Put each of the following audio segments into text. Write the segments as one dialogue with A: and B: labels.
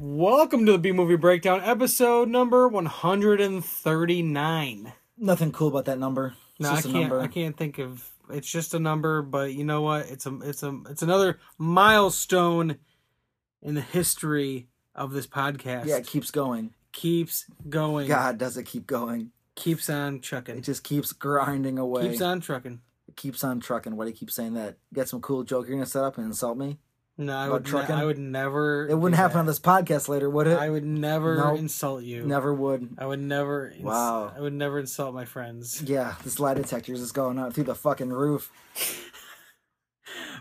A: Welcome to the B Movie Breakdown, episode number 139.
B: Nothing cool about that number. It's
A: No, I
B: just a
A: can't.
B: number.
A: I can't think of. It's just a number, but you know what? It's a. It's a. It's another milestone in the history of this podcast.
B: Yeah, it keeps going.
A: keeps going.
B: God, does it keep going?
A: Keeps on
B: It
A: chucking.
B: just keeps grinding away.
A: Keeps on trucking.
B: It keeps on trucking. Why do you keep saying that? Got some cool joke you're gonna set up and insult me?
A: No, I
B: About
A: would. Ne-
B: trucking?
A: I would never.
B: It wouldn't
A: do
B: happen
A: that.
B: on this podcast later, would it?
A: I would never
B: Nope.
A: insult you.
B: Never would.
A: I would never. Ins-
B: Wow.
A: I would never insult my friends.
B: Yeah, this lie detector's just going up through the fucking roof.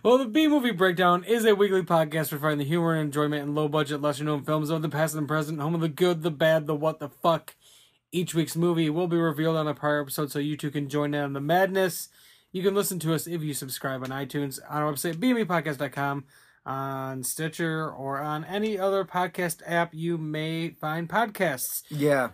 A: Well, the B Movie Breakdown is a weekly podcast for finding the humor and enjoyment in low budget, lesser known films of the past and present, home of the good, the bad, the what the fuck. Each week's movie will be revealed on a prior episode so you two can join in on the madness. You can listen to us if you subscribe on iTunes, on our website, E bmvpodcast.com, on Stitcher, or on any other podcast app you may find podcasts
B: Yeah.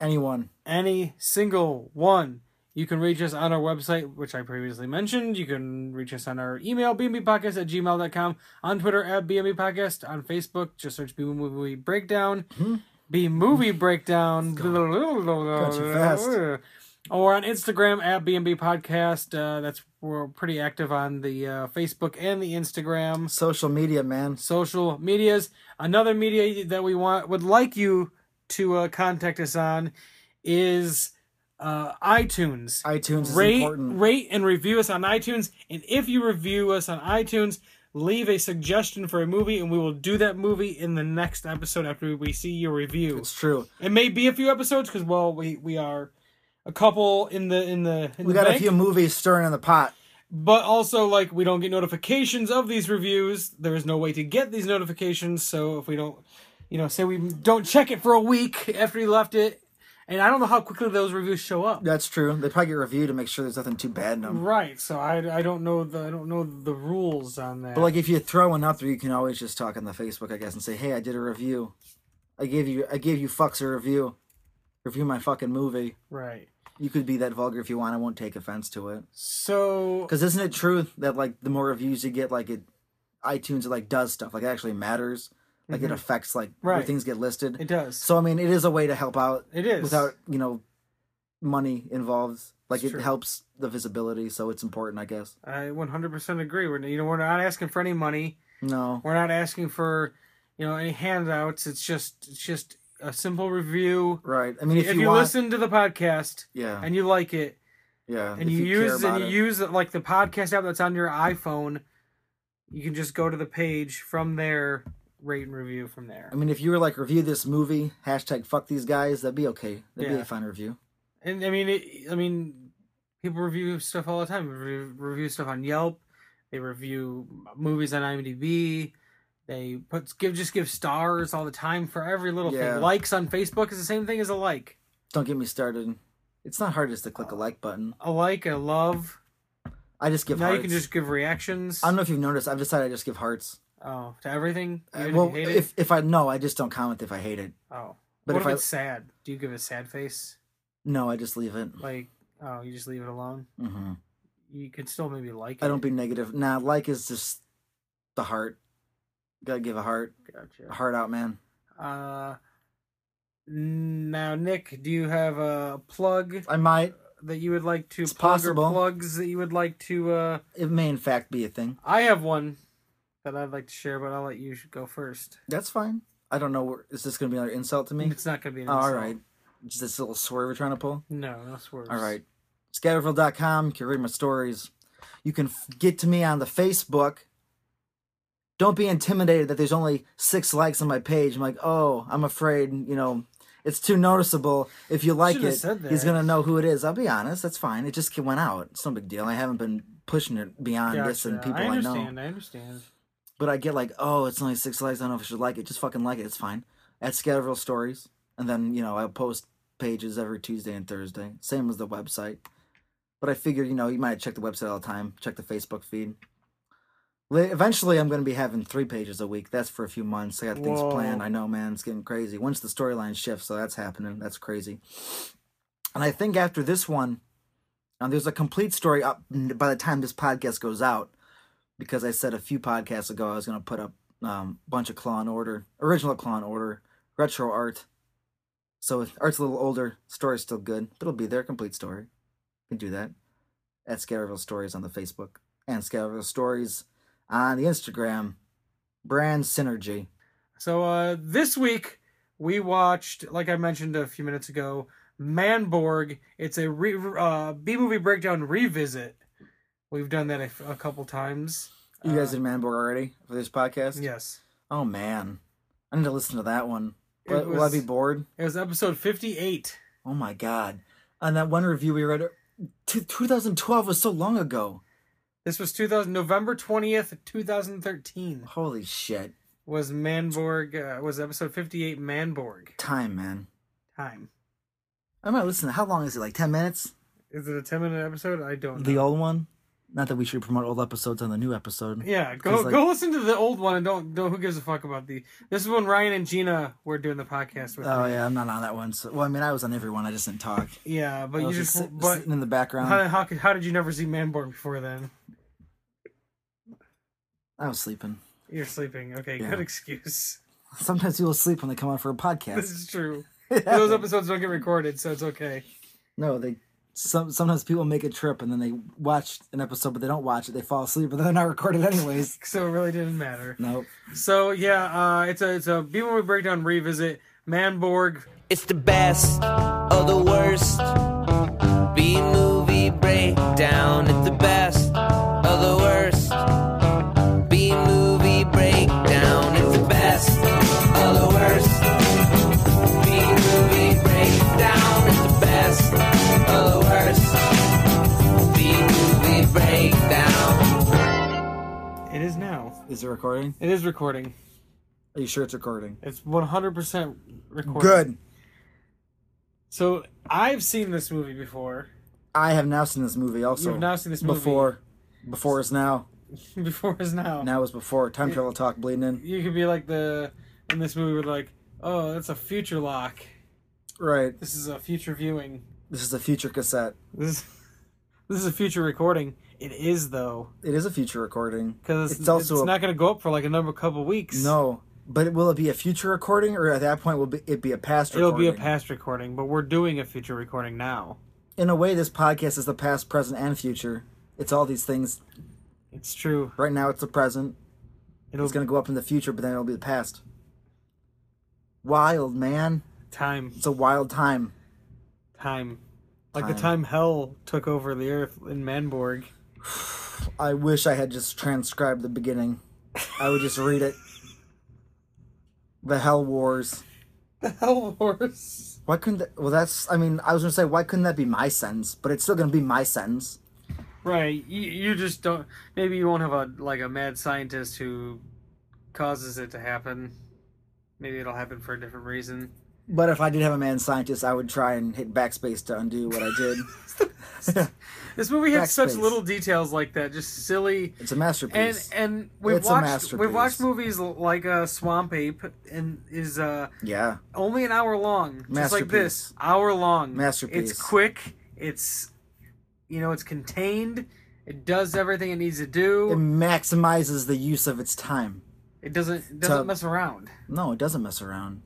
B: Anyone.
A: any single one. You can reach us on our website, which I previously mentioned. You can reach us on our email, bmbpodcast at gmail.com, on Twitter at bmbpodcast, on Facebook, just search B Movie Breakdown, B Movie Breakdown,
B: too fast.
A: or on Instagram at BMB Podcast. Uh, that's We're pretty active on the uh, Facebook and the Instagram
B: Social media, man.
A: social medias. Another media that we want would like you to uh, contact us on is uh, iTunes.
B: iTunes is
A: rate,
B: important.
A: rate and review us on iTunes, and if you review us on iTunes, leave a suggestion for a movie, and we will do that movie in the next episode after we see your review.
B: It's true.
A: it may be a few episodes because well, we we are a couple in the in the in
B: We
A: the
B: got a
A: bank
B: few movies stirring in the pot.
A: but also like we don't get notifications of these reviews there is no way to get these notifications so if we don't you know say we don't check it for a week after we left it and i don't know how quickly those reviews show up
B: That's true. They probably get reviewed to make sure there's nothing too bad in them.
A: right so i i don't know the i don't know the rules on that
B: But like if you throw one up there, you can always just talk on the Facebook, I guess, and say, "Hey, I did a review. I gave you, I gave you fucks a review. Review my fucking movie."
A: right
B: You could be that vulgar if you want. I won't take offense to it.
A: so
B: Because isn't it true that like the more reviews you get, like it, iTunes it like does stuff. Like it actually matters. Like it affects like where
A: Mm-hmm. Right.
B: things get listed.
A: it does
B: so I mean, it is a way to help out
A: it is
B: without you know money involved. Like
A: It's
B: it
A: true.
B: helps the visibility, so it's important, I guess.
A: i 100% agree we're you know we're not asking for any money
B: No,
A: we're not asking for you know any handouts it's just it's just a simple review
B: right? I mean, if,
A: if
B: you,
A: you
B: want,
A: listen to the podcast
B: yeah,
A: and you like it
B: yeah,
A: and
B: if
A: you,
B: care
A: use and
B: about
A: you
B: it.
A: use like the podcast app that's on your iPhone, you can just go to the page from there, rate and review from there.
B: I mean, if you were like review this movie, hashtag fuck these guys, that'd be okay. That'd be
A: Yeah.
B: a fine review.
A: And I mean, it, I mean, people review stuff all the time. They re- review stuff on Yelp. They review movies on IMDb. They put give just give stars all the time for every little
B: Yeah.
A: thing. Likes on Facebook is the same thing as a like.
B: Don't get me started. It's not hard just to click a like button.
A: A like, a love.
B: I just give
A: now
B: hearts.
A: you can just give reactions.
B: I don't know if you've noticed. I've decided I just give hearts.
A: oh, to everything.
B: Uh,
A: Even if you
B: well,
A: hate it?
B: if if I no, I just don't comment if I hate it.
A: Oh.
B: But
A: what
B: if
A: if,
B: I-
A: it's sad? Do you give a sad face?
B: No, I just leave it.
A: Like, oh, you just leave it alone?
B: hmm
A: You could still maybe like it.
B: I don't be negative. Nah, like is just the heart. Gotta give a heart, a
A: Gotcha.
B: heart out, man.
A: Uh, now, Nick, do you have a plug
B: I might.
A: that you would like to
B: It's
A: plug
B: possible.
A: or plugs that you would like to? Uh,
B: It may in fact be a thing.
A: I have one that I'd like to share, but I'll let you go first.
B: That's fine. I don't know. where- Is this gonna be another insult to me?
A: It's not gonna be an
B: All right.
A: insult.
B: Just this little swerve you're trying to pull.
A: No, no swerves.
B: All right. Scatterville.com. You can read my stories. You can f- get to me on the Facebook. Don't be intimidated that there's only six likes on my page. I'm like, oh, I'm afraid, you know, it's too noticeable. If you like
A: Should've
B: it,
A: said
B: he's
A: that.
B: going to know who it is. I'll be honest. That's fine. It just went out. It's no big deal. I haven't been pushing it beyond this and
A: Gotcha.
B: people
A: I
B: I, know.
A: understand. I, understand.
B: But I get like, oh, it's only six likes. I don't know if I should like it. Just fucking like it. It's fine. At Scatterville Stories. And then, you know, I post pages every Tuesday and Thursday. Same as the website. But I figured, you know, you might check the website all the time, check the Facebook feed. La- Eventually, I'm going to be having three pages a week. That's for a few months. I got things
A: Whoa.
B: planned. I know, man. It's getting crazy. Once the storyline shifts, so that's happening. That's crazy. And I think after this one, now there's a complete story up n- by the time this podcast goes out because I said a few podcasts ago I was going to put up um, bunch of Claw and Order, original Claw and Order, retro art. So if art's a little older, story's still good, but it'll be their complete story. You can do that at Scaraville Stories on the Facebook and Scaraville Stories on the Instagram. Brand synergy.
A: So uh, this week we watched, like I mentioned a few minutes ago, Manborg. It's a re- uh, B movie breakdown revisit. We've done that a, a couple times.
B: You guys
A: Uh,
B: did Manborg already for this podcast?
A: yes.
B: Oh man, I need to listen to that one.
A: It
B: Will, will I
A: was-
B: be bored?
A: It was episode fifty-eight.
B: Oh my god! On that one review we read, t- 2012 was so long ago.
A: This was two thousand November twentieth, two thousand thirteen.
B: Holy shit!
A: Was Manborg? Uh, was episode fifty-eight Manborg
B: Time, man.
A: time?
B: I might listen. How long is it? Like 10 minutes?
A: Is it a ten-minute episode? I don't.
B: The
A: know.
B: old one. Not that we should promote old episodes on the new episode.
A: Yeah, go
B: 'Cause, like-
A: go listen to the old one and don't don't who gives a fuck about the this is when Ryan and Gina were doing the podcast with
B: Oh
A: me.
B: yeah, I'm not on that one. So, well, I mean, I was on every one. I just didn't talk.
A: yeah but
B: I
A: you
B: was
A: just
B: just sit-
A: but
B: sitting in the background.
A: how, how could- how did you never see Manborg before then
B: I was sleeping.
A: you're sleeping okay
B: Yeah.
A: good excuse
B: Sometimes people sleep when they come on for a
A: this
B: podcast.
A: is true those episodes don't get recorded so it's okay
B: no, they. Some sometimes people make a trip and then they watch an episode, but they don't watch it. They fall asleep, but they're not recorded anyways.
A: so it really didn't matter
B: nope.
A: so yeah uh it's a it's a B movie breakdown revisit Manborg
C: It's the best of the worst. B movie breakdown. It's the best of the worst. B movie breakdown. It's the best of the worst. B movie breakdown. It's the best of the worst. B movie breakdown.
A: it is now
B: Is it recording?
A: it is recording
B: Are you sure it's recording?
A: it's 100 percent recording
B: Good.
A: so I've seen this movie before
B: I have now seen this movie. Also,
A: You've now seen this movie.
B: before. Before is now.
A: before is now
B: Now is before. Time travel talk bleeding in.
A: you could be like the in this movie with like oh that's a future lock
B: Right.
A: this is a future viewing
B: This is a future cassette.
A: this is, this is a future recording it is though
B: It is a future recording.
A: because it's,
B: It's also a-
A: not going to go up for like another couple weeks
B: No, but will it be a future recording, or at that point will be- it be a past?
A: it'll
B: recording?
A: be a past recording but we're doing a future recording now
B: In a way, this podcast is the past, present, and future. It's all these things.
A: it's true
B: Right now, it's the present.
A: it'll
B: It's gonna go up in the future, but then it'll be the past. Wild man,
A: time
B: it's a wild time.
A: time like the
B: Time.
A: time hell took over the earth in manborg
B: I wish I had just transcribed the beginning. I would just read it. The Hell Wars.
A: the hell wars
B: Why couldn't? That, well, that's. I mean, I was gonna say why couldn't that be my sentence? But it's still gonna be my sentence.
A: right you, you just don't maybe you won't have a like a mad scientist who causes it to happen maybe it'll happen for a different reason
B: But if I did have a man scientist, I would try and hit backspace to undo what I did.
A: This movie had such
B: Backspace.
A: little details like that, just silly.
B: it's a masterpiece.
A: And and we've
B: It's a
A: watched
B: masterpiece.
A: we've watched movies l- like uh, Swamp Ape and is uh,
B: yeah,
A: only an hour long, just like this
B: Masterpiece.
A: hour long.
B: Masterpiece.
A: It's quick. It's you know it's contained. It does everything it needs to
B: it
A: do.
B: maximizes the use of its time.
A: It doesn't it doesn't
B: to-
A: mess around.
B: No, it doesn't mess around.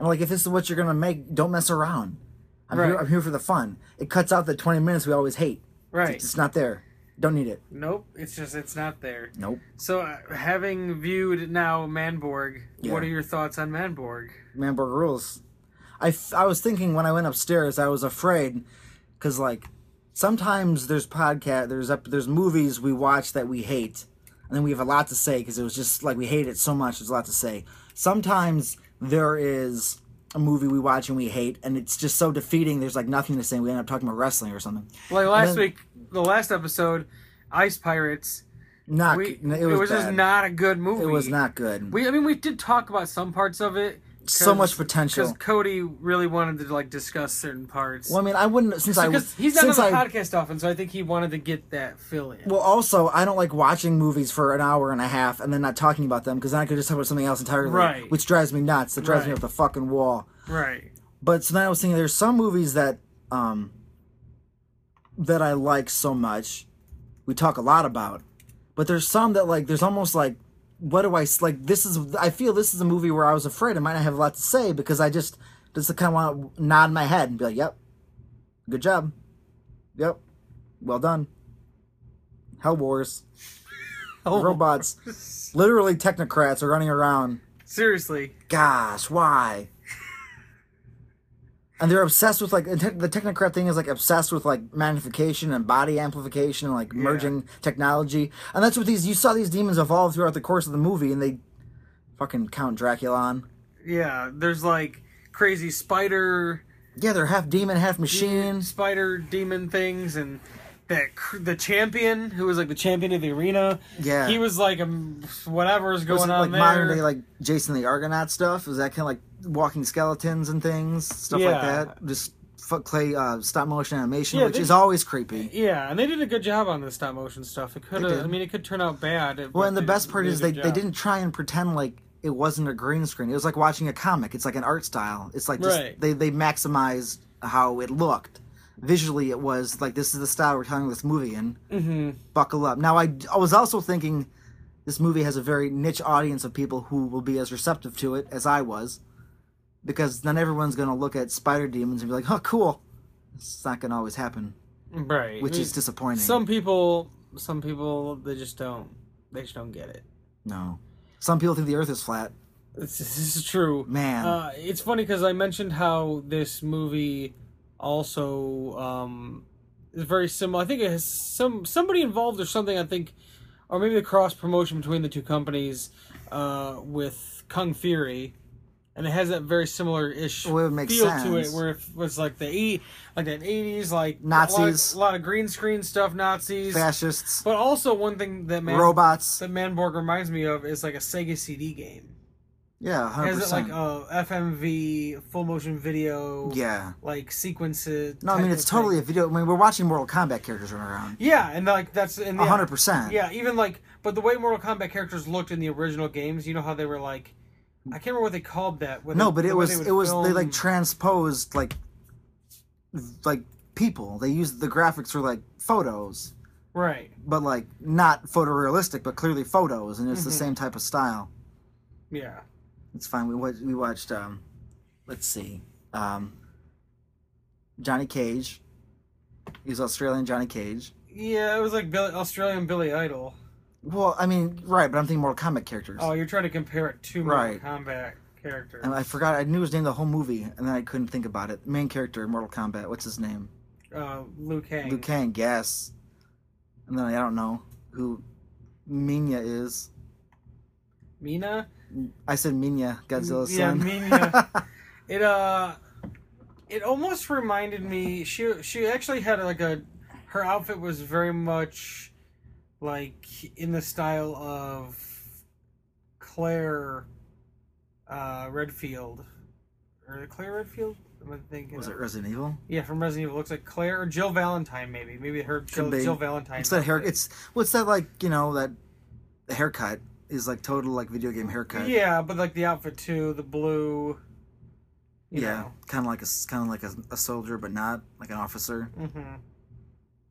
B: And like, if this is what you're gonna make, don't mess around. I'm here.
A: Right.
B: I'm here for the fun. It cuts out the 20 minutes we always hate.
A: Right?
B: It's just not there. Don't need it.
A: Nope. It's just it's not there.
B: Nope.
A: So uh, having viewed now Manborg,
B: Yeah.
A: what are your thoughts on Manborg?
B: Manborg rules. I, f- I was thinking when I went upstairs, I was afraid because like sometimes there's podcast, there's up, there's movies we watch that we hate, and then we have a lot to say because it was just like we hate it so much. There's a lot to say. Sometimes there is a movie we watch and we hate, and it's just so defeating. There's like nothing to say. We end up talking about wrestling or something.
A: Like last
B: then-
A: week, the last episode, Ice Pirates.
B: Not.
A: We,
B: it was, bad.
A: just not a good movie.
B: It was not good.
A: We, I mean, we did talk about some parts of it.
B: so much potential.
A: Because Cody really wanted to like discuss certain parts.
B: Well, I mean, I wouldn't since I
A: because he's not on
B: since
A: the
B: I,
A: podcast often, so I think he wanted to get that fill in.
B: Well, also, I don't like watching movies for an hour and a half and then not talking about them because then I could just talk about something else entirely,
A: Right.
B: which drives me nuts. That drives me
A: Right.
B: up the fucking wall.
A: right.
B: But so then I was thinking, there's some movies that um that I like so much, we talk a lot about, but there's some that like there's almost like what do I s- like? This is I feel this is a movie where I was afraid I might not have a lot to say because I just just kind of want to nod my head and be like, "Yep, good job, yep, well done." Hell Wars, robots, literally technocrats are running around.
A: Seriously.
B: Gosh, why? and they're obsessed with like the tech- the technocrat thing is like obsessed with like magnification and body amplification and like merging technology. And that's what these you saw these demons evolve throughout the course of the movie, and they fucking count Dracula on.
A: Yeah, there's like crazy spider
B: Yeah, they're half demon, half machine.
A: spider demon things and that cr- the champion who was like the champion of the arena.
B: Yeah.
A: He was like um, whatever is going
B: Was it,
A: on
B: like
A: there.
B: modern day like Jason the Argonaut stuff? Is that kind of like walking skeletons and things, stuff like
A: Yeah.
B: that? Just fuck clay uh, stop motion animation,
A: Yeah,
B: which
A: they-
B: is always creepy.
A: yeah, and they did a good job on the stop motion stuff. It could
B: They
A: have
B: did.
A: I mean it could turn out bad.
B: Well, and the best part is they, they didn't try and pretend like it wasn't a green screen. It was like watching a comic. It's like an art style. It's like just,
A: Right.
B: they they maximized how it looked. Visually, it was like this is the style we're telling this movie in.
A: hmm
B: Buckle up. Now, I I was also thinking this movie has a very niche audience of people who will be as receptive to it as I was, because then everyone's gonna look at spider demons and be like, "Oh, cool." It's not gonna always happen,
A: Right.
B: which
A: I mean,
B: is disappointing.
A: some people some people they just don't they just don't get it.
B: no, some people think the Earth is flat.
A: This, this is true.
B: Man.
A: uh, it's funny because I mentioned how this movie also um, is very similar. I think it has some somebody involved or something. I think, or maybe the cross promotion between the two companies uh, with Kung Fury, and it has that very similar ish
B: Well, it would make
A: feel to it,
B: sense.
A: where it was like the e like the eighties, like
B: Nazis.
A: a lot, a lot of green screen stuff, Nazis.
B: Fascists,
A: But also one thing that man
B: robots.
A: that Manborg reminds me of is like a Sega CD game
B: Yeah, hundred
A: has it like oh, uh,
B: percent.
A: a FMV full motion video
B: Yeah.
A: like sequences
B: No, I mean
A: type
B: it's
A: of
B: totally
A: thing.
B: a video. I mean we're watching Mortal Kombat characters run around.
A: yeah and like that's in the
B: A hundred percent.
A: yeah even like but the way Mortal Kombat characters looked in the original games you know how they were like I can't remember what they called that when
B: No,
A: they-
B: but
A: the
B: it
A: way
B: was
A: they would
B: it was they
A: film-
B: like transposed like like people. They used the graphics for like photos,
A: right
B: but like not photorealistic, but clearly photos, and it's the
A: Mm-hmm.
B: same type of style.
A: yeah
B: It's fine. We watched, we watched um, let's see, um, Johnny Cage. He was Australian Johnny Cage.
A: yeah it was like Billy, Australian Billy Idol
B: Well, I mean, right, but I'm thinking Mortal Kombat characters.
A: oh you're trying to compare it to Mortal
B: Right.
A: Kombat characters
B: And I forgot. I knew his name the whole movie, and then I couldn't think about it. Main character in Mortal Kombat. What's his name?
A: uh, Liu Kang
B: Liu Kang. Yes. And then I don't know who Minya is.
A: Mina
B: I said Minya, Godzilla's
A: Yeah,
B: son.
A: Minya. It uh, it almost reminded me. She she actually had like a, her outfit was very much, like in the style of, Claire, uh, Redfield, or Claire Redfield. Am I thinking?
B: was it Resident Evil?
A: Yeah, from Resident Evil. It looks like Claire or Jill Valentine, maybe. Maybe her Jill,
B: be.
A: Jill Valentine.
B: It's that hair.
A: outfit.
B: It's what's that like? You know that haircut is like total like video game haircut.
A: Yeah, but like the outfit too, the blue. You
B: yeah. Kind of like a kind of like a, a soldier, but not like an officer.
A: Know. hmm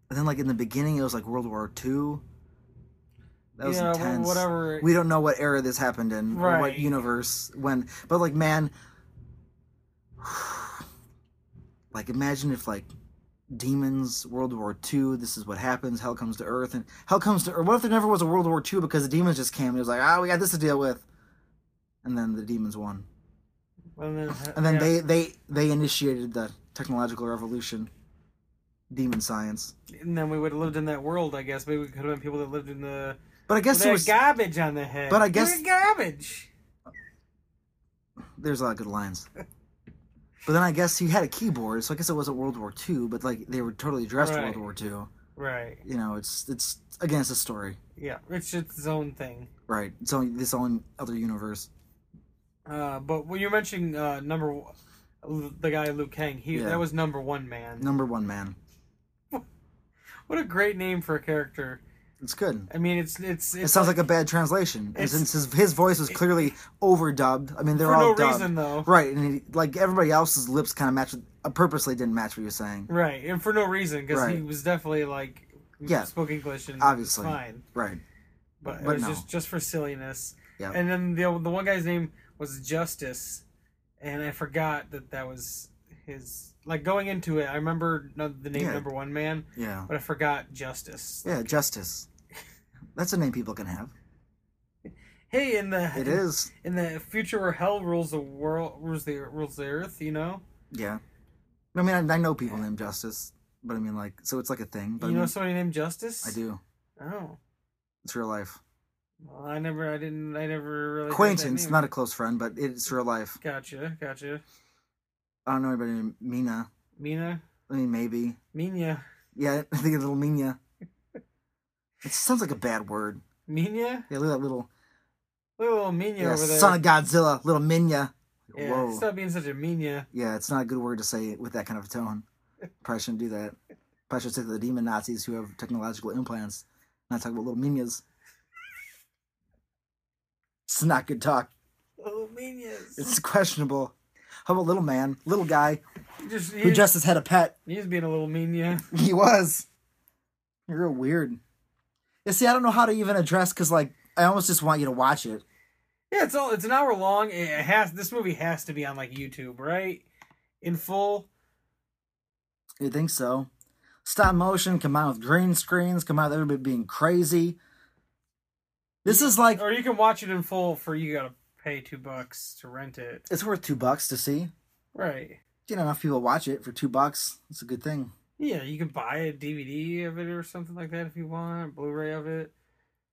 B: And then like in the beginning, it was like World War Two. That was
A: yeah, wh-
B: intense.
A: whatever.
B: we don't know what era this happened in or
A: Right.
B: what universe when but like man like imagine if like demons world war ii this is what happens hell comes to earth and hell comes to earth what if there never was a world war ii because the demons just came and it was like ah we got this to deal with and then the demons won
A: and then,
B: and then
A: yeah.
B: they they they initiated the technological revolution demon science
A: and then we would have lived in that world, I guess. Maybe we could have been people that lived in the
B: but i guess
A: with that
B: there was,
A: garbage on the head.
B: But I
A: You're
B: guess-
A: garbage.
B: there's a lot of good lines. But then I guess he had a keyboard, so I guess it wasn't World War II, but like they were totally dressed
A: Right.
B: World War II.
A: Right.
B: You know, it's it's again it's a story,
A: Yeah. It's just its own thing.
B: right? It's only this own other universe.
A: Uh, but when you're mentioning uh, number one, the guy Luke Kang, he
B: Yeah.
A: that was number one man.
B: Number one man,
A: What a great name for a character.
B: it's good.
A: I mean, it's it's,
B: It
A: it's
B: sounds like, a bad translation, and
A: it's-
B: since his his voice was clearly overdubbed. I mean, they're
A: for
B: all
A: no
B: dubbed,
A: reason though.
B: right? And he, like everybody else's lips kind of matched. Uh, purposely didn't match what he was saying,
A: Right, and for no reason because he
B: Right.
A: was definitely like
B: Yeah.
A: spoke English and
B: Obviously.
A: it's fine.
B: right?
A: but, it
B: But
A: was
B: no.
A: just just for silliness.
B: Yeah.
A: And then the the one guy's name was Justice, and I forgot that that was his. Like going into it, I remember no- the name
B: Yeah.
A: Number One Man,
B: Yeah.
A: but I forgot Justice.
B: Yeah, justice. That's a name people can have.
A: Hey, in the
B: It is.
A: in the future where hell rules the world, rules the rules the earth. You know,
B: Yeah. I mean, I, I know people named Justice, but I mean, like, so it's like a thing. But
A: you
B: I,
A: know
B: mean,
A: somebody named Justice.
B: I do.
A: Oh,
B: It's real life.
A: well, I never, I didn't, I never really. heard that
B: Acquaintance,
A: name.
B: not a close friend, but it's real life.
A: Gotcha, gotcha.
B: I don't know anybody named Mina.
A: Mina,
B: I mean, maybe.
A: Mina,
B: Yeah, I think a little Mina. It sounds like a bad word.
A: Mina,
B: Yeah, look at that little
A: little Mina
B: yeah,
A: over there.
B: son of Godzilla, little Minya.
A: yeah,
B: Whoa.
A: stop being such a Mina.
B: Yeah, it's not a good word to say with that kind of tone. Probably shouldn't do that. Probably should stick to the demon Nazis who have technological implants, not talk about little minions. It's not good talk.
A: Little Minas.
B: It's questionable. How about little man, little guy
A: just,
B: who
A: he,
B: just has had a pet?
A: he's being a little Mina.
B: He was. You're real weird. You see, I don't know how to even address because, like, I almost just want you to watch it.
A: Yeah, it's all. It's an hour long. It has. This movie has to be on like YouTube, right? In full.
B: You think so? Stop motion, come out with green screens, come out with everybody being crazy. This is like
A: or you can watch it in full for you gotta pay two bucks to rent it
B: it's worth two bucks to see.
A: right
B: You know, enough people watch it for two bucks. It's a good thing.
A: yeah you can buy a dvd of it or something like that if you want a blu-ray of it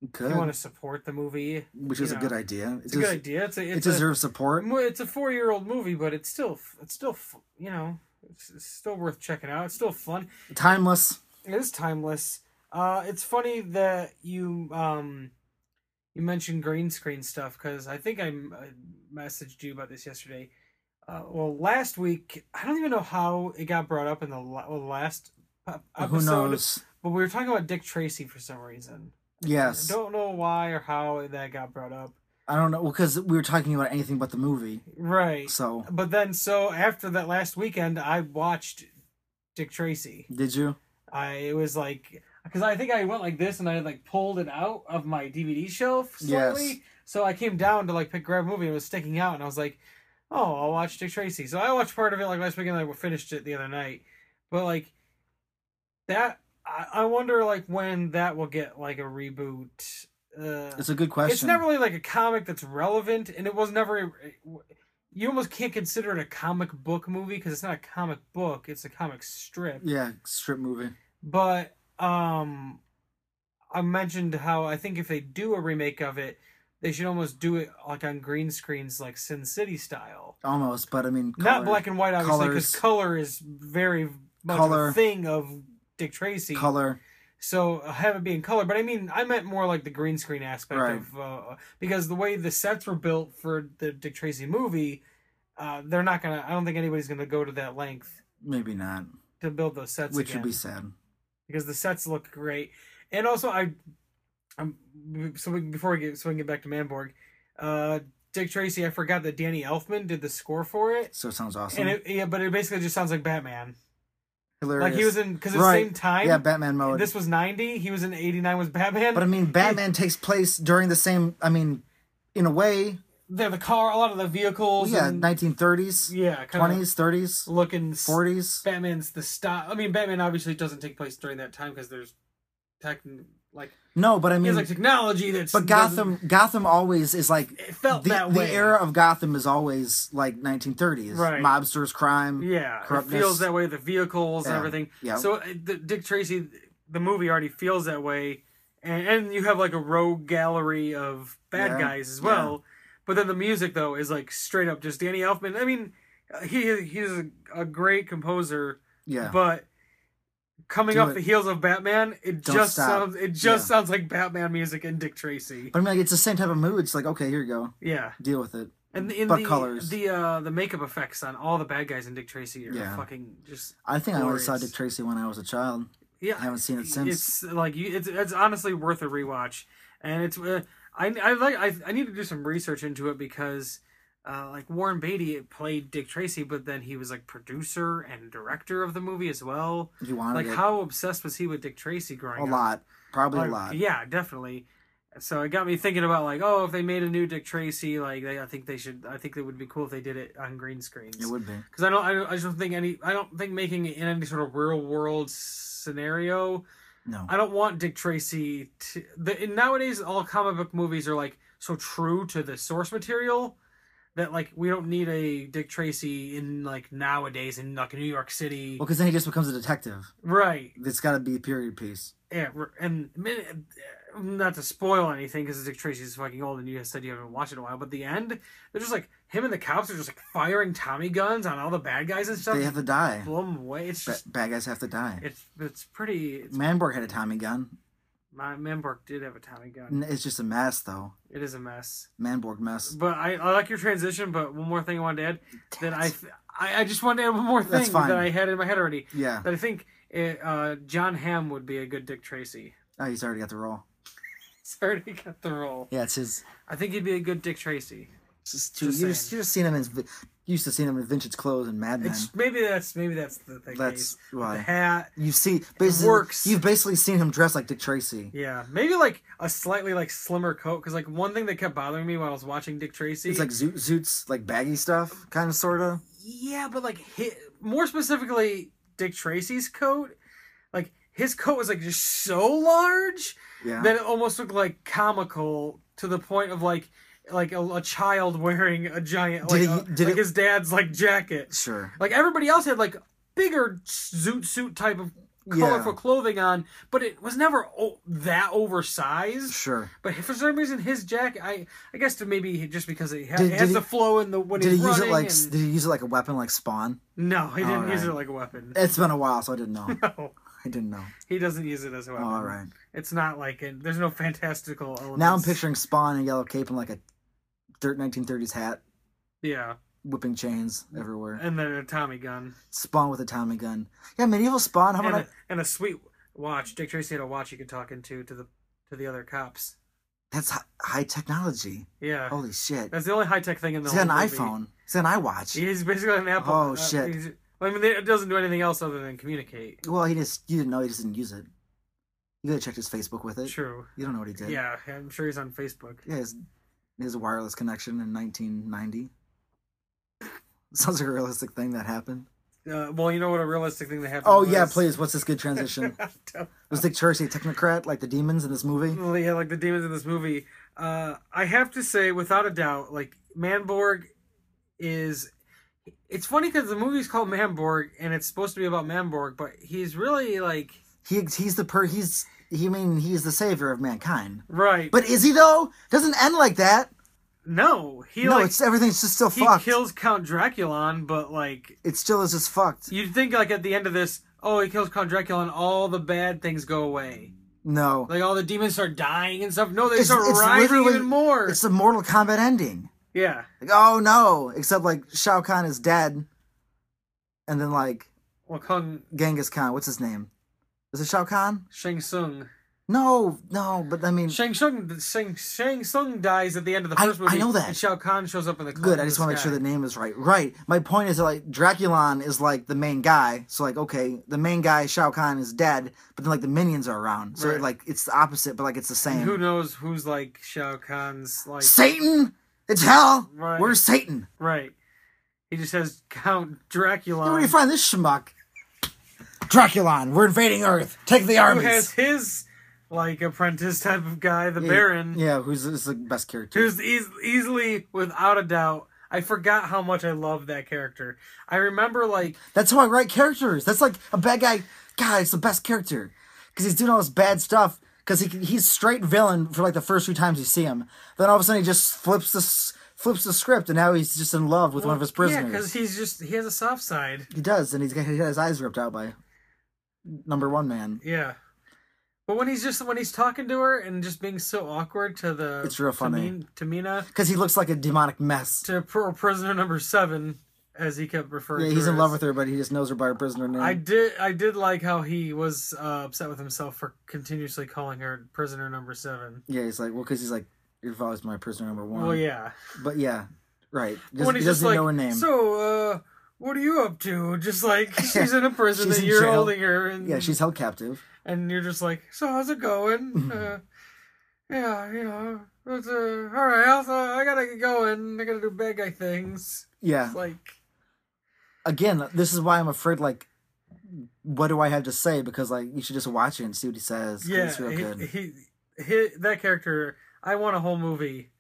A: if
B: Good,
A: you want to support the movie
B: which
A: you
B: is a
A: know,
B: good idea. It,
A: it's a good
B: des-
A: idea it's a
B: it
A: it's, a,
B: deserves support.
A: mo- it's a four-year-old movie but it's still f- it's still f- you know it's, it's still worth checking out it's still fun
B: Timeless.
A: it is timeless uh it's funny that you um you mentioned green screen stuff because i think I, m- I messaged you about this yesterday uh, well last week i don't even know how it got brought up in the la- well, last po-
B: Who
A: episode
B: knows?
A: but we were talking about dick tracy for some reason
B: Yes,
A: i don't know why or how that got brought up
B: I don't know because we were talking about anything but the movie.
A: right
B: So
A: but then so after that last weekend i watched dick tracy
B: did you?
A: I it was like because I think I went like this and I like pulled it out of my DVD shelf slightly.
B: Yes.
A: So I came down to like pick grab a movie and it was sticking out and I was like, oh, I'll watch Dick Tracy. So I watched part of it like last weekend. Like we finished it the other night, but like that. I, I wonder like when that will get like a reboot. Uh,
B: It's a good question.
A: it's not really like a comic that's relevant, and it was never. You almost can't consider it a comic book movie because it's not a comic book; it's a comic strip
B: yeah strip movie.
A: but um i mentioned how i think if they do a remake of it they should almost do it like on green screens like sin city style
B: Almost, but I mean,
A: not black and white obviously because
B: Colors.
A: color is very much a
B: Color.
A: thing of dick tracy
B: color.
A: so uh, have it be in color but i mean i meant more like the green screen aspect
B: Right.
A: of uh, because the way the sets were built for the dick tracy movie uh, they're not gonna i don't think anybody's gonna go to that length
B: Maybe not,
A: to build those sets
B: which
A: again
B: would be sad.
A: because the sets look great. And also, I, I'm so we, before we get so we can get back to Manborg, uh, Dick Tracy. I forgot that Danny Elfman did the score for it,
B: So it sounds awesome.
A: and it, yeah, but it basically just sounds like Batman.
B: Hilarious.
A: Like he was in because at the
B: Right.
A: same time,
B: yeah Batman mode.
A: this was ninety. He was in eighty nine was Batman.
B: But I mean, Batman takes place during the same. I mean, in a way,
A: they're the car, a lot of the vehicles,
B: yeah,
A: and,
B: nineteen thirties,
A: yeah, kind of
B: twenties, thirties,
A: looking s-
B: forties.
A: Batman's the style. I mean, Batman obviously doesn't take place during that time because there's tech, like
B: No, but I
A: he has
B: mean,
A: like technology that's
B: but
A: doesn't-
B: Gotham, Gotham always is like
A: It felt
B: the,
A: that
B: the
A: way.
B: era of Gotham is always like nineteen thirties,
A: Right.
B: mobsters, crime.
A: Yeah, it
B: corruptness.
A: feels that way. The vehicles and
B: Yeah,
A: everything.
B: yeah.
A: So uh, the, Dick Tracy, the movie already feels that way, and, and you have like a rogue gallery of bad
B: Yeah,
A: guys as well. But then the music though is like straight up just Danny Elfman. I mean, uh, he he's a, a great composer,
B: yeah.
A: but coming
B: Do
A: off
B: it.
A: the heels of Batman, it
B: Don't
A: just
B: stop.
A: sounds it just
B: Yeah.
A: sounds like Batman music and Dick Tracy.
B: But I mean, like, it's the same type of mood. It's like, okay, here you go,
A: Yeah.
B: deal with it.
A: And in
B: But
A: the
B: colors.
A: the uh, the makeup effects on all the bad guys in Dick Tracy are
B: Yeah.
A: fucking just
B: I think I only saw
A: Glorious.
B: Dick Tracy when I was a child.
A: Yeah,
B: I haven't seen it
A: It's
B: since.
A: like you, it's it's honestly worth a rewatch, and it's uh, I I like I I need to do some research into it because. Uh, like Warren Beatty played Dick Tracy, but then he was like producer and director of the movie as well.
B: You wanted
A: Like,
B: it
A: how obsessed was he with Dick Tracy growing
B: a
A: up?
B: lot, probably
A: Like,
B: a lot.
A: Yeah, definitely. So it got me thinking about like, oh, if they made a new Dick Tracy, like they, I think they should. I think it would be cool if they did it on green screens.
B: It would be.
A: because I don't, I don't, I just don't think any, I don't think making it in any sort of real world scenario.
B: No.
A: I don't want Dick Tracy to. The, and nowadays, all comic book movies are like so true to the source material that like we don't need a Dick Tracy in like nowadays in like New York City,
B: Well, because then he just becomes a detective.
A: right?
B: It's got to be a period piece.
A: Yeah, r- and man, uh, not to spoil anything because Dick Tracy's fucking old, and you said you haven't watched it in a while. But the end, they're just like him and the cops are just like firing Tommy guns on all the bad guys and stuff.
B: They have to die.
A: blow them away. It's
B: Ba-
A: just
B: bad guys have to die.
A: it's it's pretty. It's,
B: Manborg had a Tommy gun.
A: my Manborg did have a Tommy gun.
B: N- It's just a mess, though.
A: It is a mess.
B: Manborg mess.
A: But I, I like your transition. But one more thing I wanted to add
B: Damn
A: that I,
B: it.
A: th- I I just wanted to add one more
B: That's
A: thing
B: fine.
A: that I had in my head already.
B: Yeah.
A: That I think it, uh, John Hamm would be a good Dick Tracy.
B: Oh, he's already got the role.
A: He's already got the role.
B: Yeah, it's his.
A: I think he'd be a good Dick Tracy.
B: It's just too.
A: Just
B: you
A: saying.
B: just, you just seen him in. his vi- You used to see him in Vincent's clothes and Mad Men.
A: It's maybe that's maybe that's the thing.
B: That's
A: Ace. the
B: why
A: hat.
B: you see. Basically,
A: works.
B: You've basically seen him dressed like Dick Tracy.
A: Yeah, maybe like a slightly like slimmer coat because like one thing that kept bothering me while I was watching Dick Tracy.
B: It's like Zoot, Zoot's like baggy stuff, kind of, sorta.
A: yeah, but like hi more specifically Dick Tracy's coat, like his coat was like just so large
B: Yeah.
A: that it almost looked like comical to the point of like like a, a child wearing a giant like,
B: Did
A: a-
B: it- did
A: like
B: it-
A: his dad's like jacket.
B: sure.
A: Like everybody else had like bigger zoot suit type of colorful
B: Yeah.
A: clothing on, but it was never o- that oversized.
B: Sure.
A: But for some reason, his jacket, I I guess to maybe just because it, ha- it
B: Did-
A: has
B: did
A: the
B: he-
A: flow in the when
B: Did
A: he's
B: he use
A: running.
B: it like?
A: and-
B: s- Did he use it like a weapon, like Spawn?
A: no, he didn't use it
B: Alright.
A: like a weapon.
B: It's been a while, so I didn't know.
A: No,
B: I didn't know.
A: he doesn't use it as a weapon.
B: all right.
A: It's not like it, there's no fantastical elements.
B: Now I'm picturing Spawn in a yellow cape and like a thir- 1930s hat,
A: Yeah,
B: whipping chains everywhere.
A: and then a Tommy gun
B: Spawn with a Tommy gun. Yeah, medieval Spawn. How
A: and,
B: about I-
A: a, and a sweet watch. Dick Tracy had a watch he could talk into to the to the other cops.
B: that's hi- high technology?
A: Yeah,
B: Holy shit!
A: that's the only high tech thing in the
B: Oh. He's
A: whole
B: got an
A: movie.
B: iPhone. He's got an iWatch.
A: He's basically an Apple.
B: Oh,
A: uh,
B: shit.
A: he's- I mean, it doesn't do anything else other than communicate.
B: Well, he just you didn't know he just didn't use it. You gotta check his Facebook with it.
A: True.
B: You don't know what he did.
A: Yeah, I'm sure he's on Facebook.
B: Yeah, his, his wireless connection in 1990. Sounds like a realistic thing that happened.
A: Uh, well, you know what a realistic thing that happened.
B: Oh yeah,
A: was?
B: please. What's this good transition? Was Dick Tracy a technocrat like the demons in this movie?
A: yeah, like the demons in this movie. Uh, I have to say, without a doubt, like Manborg is. It's funny because the movie's called Manborg and it's supposed to be about Manborg, but he's really like
B: He he's the per he's he mean he's the savior of mankind.
A: right.
B: But is he though? Doesn't end like that.
A: no, he
B: no,
A: like
B: it's everything's just still
A: he
B: fucked.
A: kills Count Draculon, but like
B: it still is just fucked.
A: You'd think like at the end of this, oh, he kills Count Dracula and all the bad things go away.
B: No,
A: Like all the demons start dying and stuff. No, they
B: It's-
A: start
B: it's
A: rising
B: literally-
A: even more.
B: it's the Mortal Kombat ending.
A: Yeah,
B: Like, oh no! Except like Shao Kahn is dead, and then like
A: well, Kung
B: Genghis Khan. What's his name? Is it Shao Kahn?
A: Shang Tsung.
B: No, no. But I mean,
A: Shang Tsung. Shang Shang Tsung dies at the end of the
B: I-
A: first movie.
B: I know that.
A: And Shao Kahn shows up in the cloud
B: good.
A: in
B: I
A: the
B: just want to make
A: sky.
B: sure the name is right. Right. My point is that, like Draculon is like the main guy. So like okay, the main guy Shao Kahn is dead, but then like the minions are around. So
A: Right.
B: like it's the opposite, but like it's the same.
A: Who knows who's like Shao Kahn's like
B: Satan. It's hell.
A: Right.
B: Where's Satan?
A: right? He just has Count
B: Where do you
A: Dracula
B: find this schmuck? Draculon, we're invading Earth. Take the
A: who
B: armies.
A: has his like apprentice type of guy, the Baron.
B: Yeah, who's is the best character?
A: who's eas- easily without a doubt i forgot how much i loved that character i remember like
B: That's how I write characters. That's like a bad guy. God, it's the best character because he's doing all this bad stuff. Because he he's straight villain for like the first few times you see him. Then all of a sudden he just flips the s- flips the script, and now he's just in love with one of his
A: yeah
B: prisoners.
A: because he's just he has a soft side
B: he does, and he's got, he got his eyes ripped out by number one man.
A: yeah but when he's just when he's talking to her and just being so awkward to the
B: It's real
A: to
B: funny.
A: Min- to mina
B: Because he looks like a demonic mess.
A: to pr- prisoner number seven as he kept referring
B: Yeah,
A: to
B: he's
A: her
B: in love
A: as.
B: with her, but he just knows her by her prisoner name.
A: i did i did like how he was uh, upset with himself for continuously calling her prisoner number seven
B: yeah, he's like, well, because he's like, you've always been my prisoner number one.
A: well yeah
B: But yeah, right. Just,
A: when
B: he
A: he's
B: doesn't
A: just
B: even
A: like,
B: know her name.
A: so, uh, what are you up to? Just like she's in a prison
B: She's
A: that
B: in
A: you're
B: jail.
A: holding her, and
B: yeah, she's held captive.
A: and you're just like, so how's it going? uh, yeah, you know, it's, uh, all right, also, I gotta get going. I gotta do bad guy things.
B: Yeah.
A: It's like,
B: Again, this is why I'm afraid. Like, what do I have to say? Because like, you should just watch it and see what he says. 'cause
A: yeah,
B: it's real good.
A: he, he, he, that character, I want a whole movie.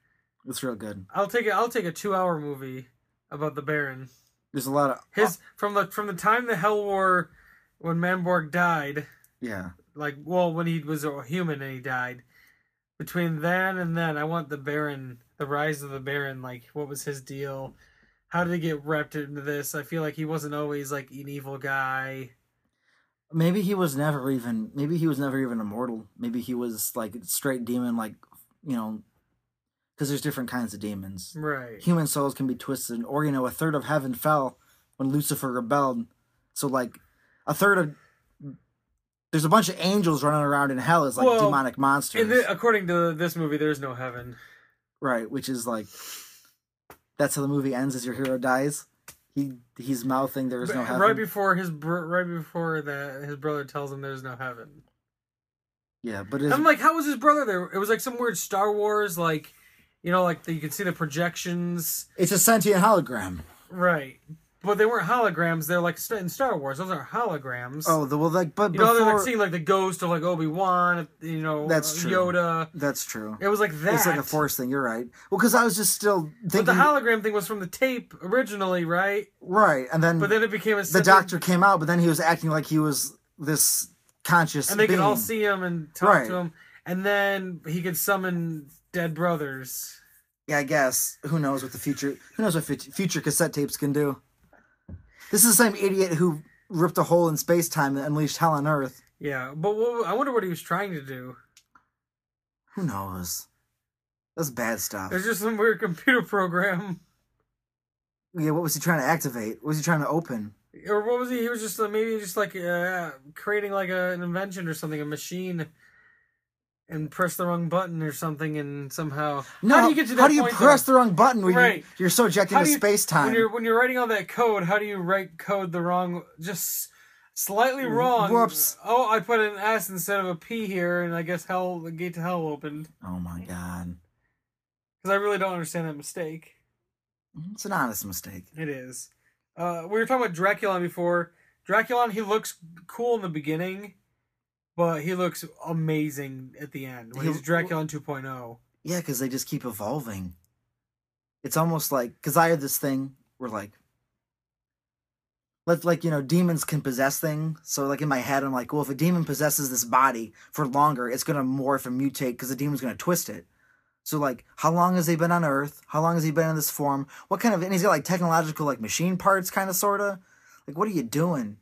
B: it's real good.
A: I'll take it. I'll take a two-hour movie about the Baron.
B: There's a lot of
A: His from the from the time the Hell War, when Manborg died,
B: yeah.
A: like well, when he was a human and he died. Between then and then, I want the Baron, the rise of the Baron. Like, what was his deal? How did he get wrapped into this? I feel like he wasn't always like an evil guy.
B: Maybe he was never even. Maybe he was never even immortal. Maybe he was like straight demon. Like, you know, because there's different kinds of demons.
A: Right.
B: human souls can be twisted, or you know, a third of heaven fell when Lucifer rebelled. So like, a third of there's a bunch of angels running around in hell as like
A: Well,
B: demonic monsters,
A: And uh, thi- according to this movie, there's no heaven.
B: right? Which is like, that's how the movie ends. As your hero dies, he he's mouthing there is no
A: But
B: heaven.
A: Right before his br- right before that, his brother tells him there's no heaven.
B: yeah, but it's,
A: I'm like, how was his brother there? It was like some weird Star Wars, like, you know, like the, you could see the projections,
B: it's a sentient hologram.
A: right? But they weren't holograms. They're like st- in Star Wars. Those are holograms.
B: Oh, the, well, like, but
A: you
B: before
A: know, they're like seeing like the ghost of like Obi Wan, you know,
B: That's
A: uh,
B: true.
A: Yoda.
B: that's true.
A: It was like that.
B: It's like a force thing. You're right. Well, because I was just still
A: But the
B: thinking,
A: hologram thing was from the tape originally, right?
B: right? And then
A: But then it became a
B: the
A: separate-
B: doctor came out, but then he was acting like he was this conscious
A: and they
B: being.
A: could all see him and talk
B: Right.
A: to him, and then he could summon dead brothers.
B: Yeah, I guess. Who knows what the future? Who knows what fut- future cassette tapes can do? This is the same idiot who ripped a hole in space time and unleashed hell on Earth.
A: Yeah, but what, I wonder what he was trying to do.
B: Who knows? That's bad stuff.
A: There's just some weird computer program.
B: Yeah, what was he trying to activate? What was he trying to open?
A: or what was he? He was just uh, maybe just like uh, creating like a, an invention or something, a machine, and press the wrong button or something, and somehow
B: No,
A: how do you get to that
B: how do you
A: point,
B: press
A: though?
B: the wrong button when
A: Right.
B: you, you're so ejected
A: How
B: into
A: do you-
B: space
A: when
B: time?
A: you're when you're writing all that code? How do you write code the wrong just slightly wrong?
B: Whoops.
A: Oh, I put an S instead of a P here, and I guess hell the gate to hell opened
B: Oh my god,
A: because I really don't understand that mistake.
B: it's an honest mistake.
A: It is. Uh, we were talking about Draculon before. Draculon, he looks cool in the beginning, but he looks amazing at the end when
B: He-
A: he's Draculon 2.0.
B: Yeah, because they just keep evolving. It's almost like because I had this thing where like, let's like you know demons can possess things. So like in my head, I'm like, well, if a demon possesses this body for longer, it's gonna morph and mutate because the demon's gonna twist it. So like, how long has he been on Earth? How long has he been in this form? What kind of and he's got like technological like machine parts, kind of sorta. Like, what are you doing?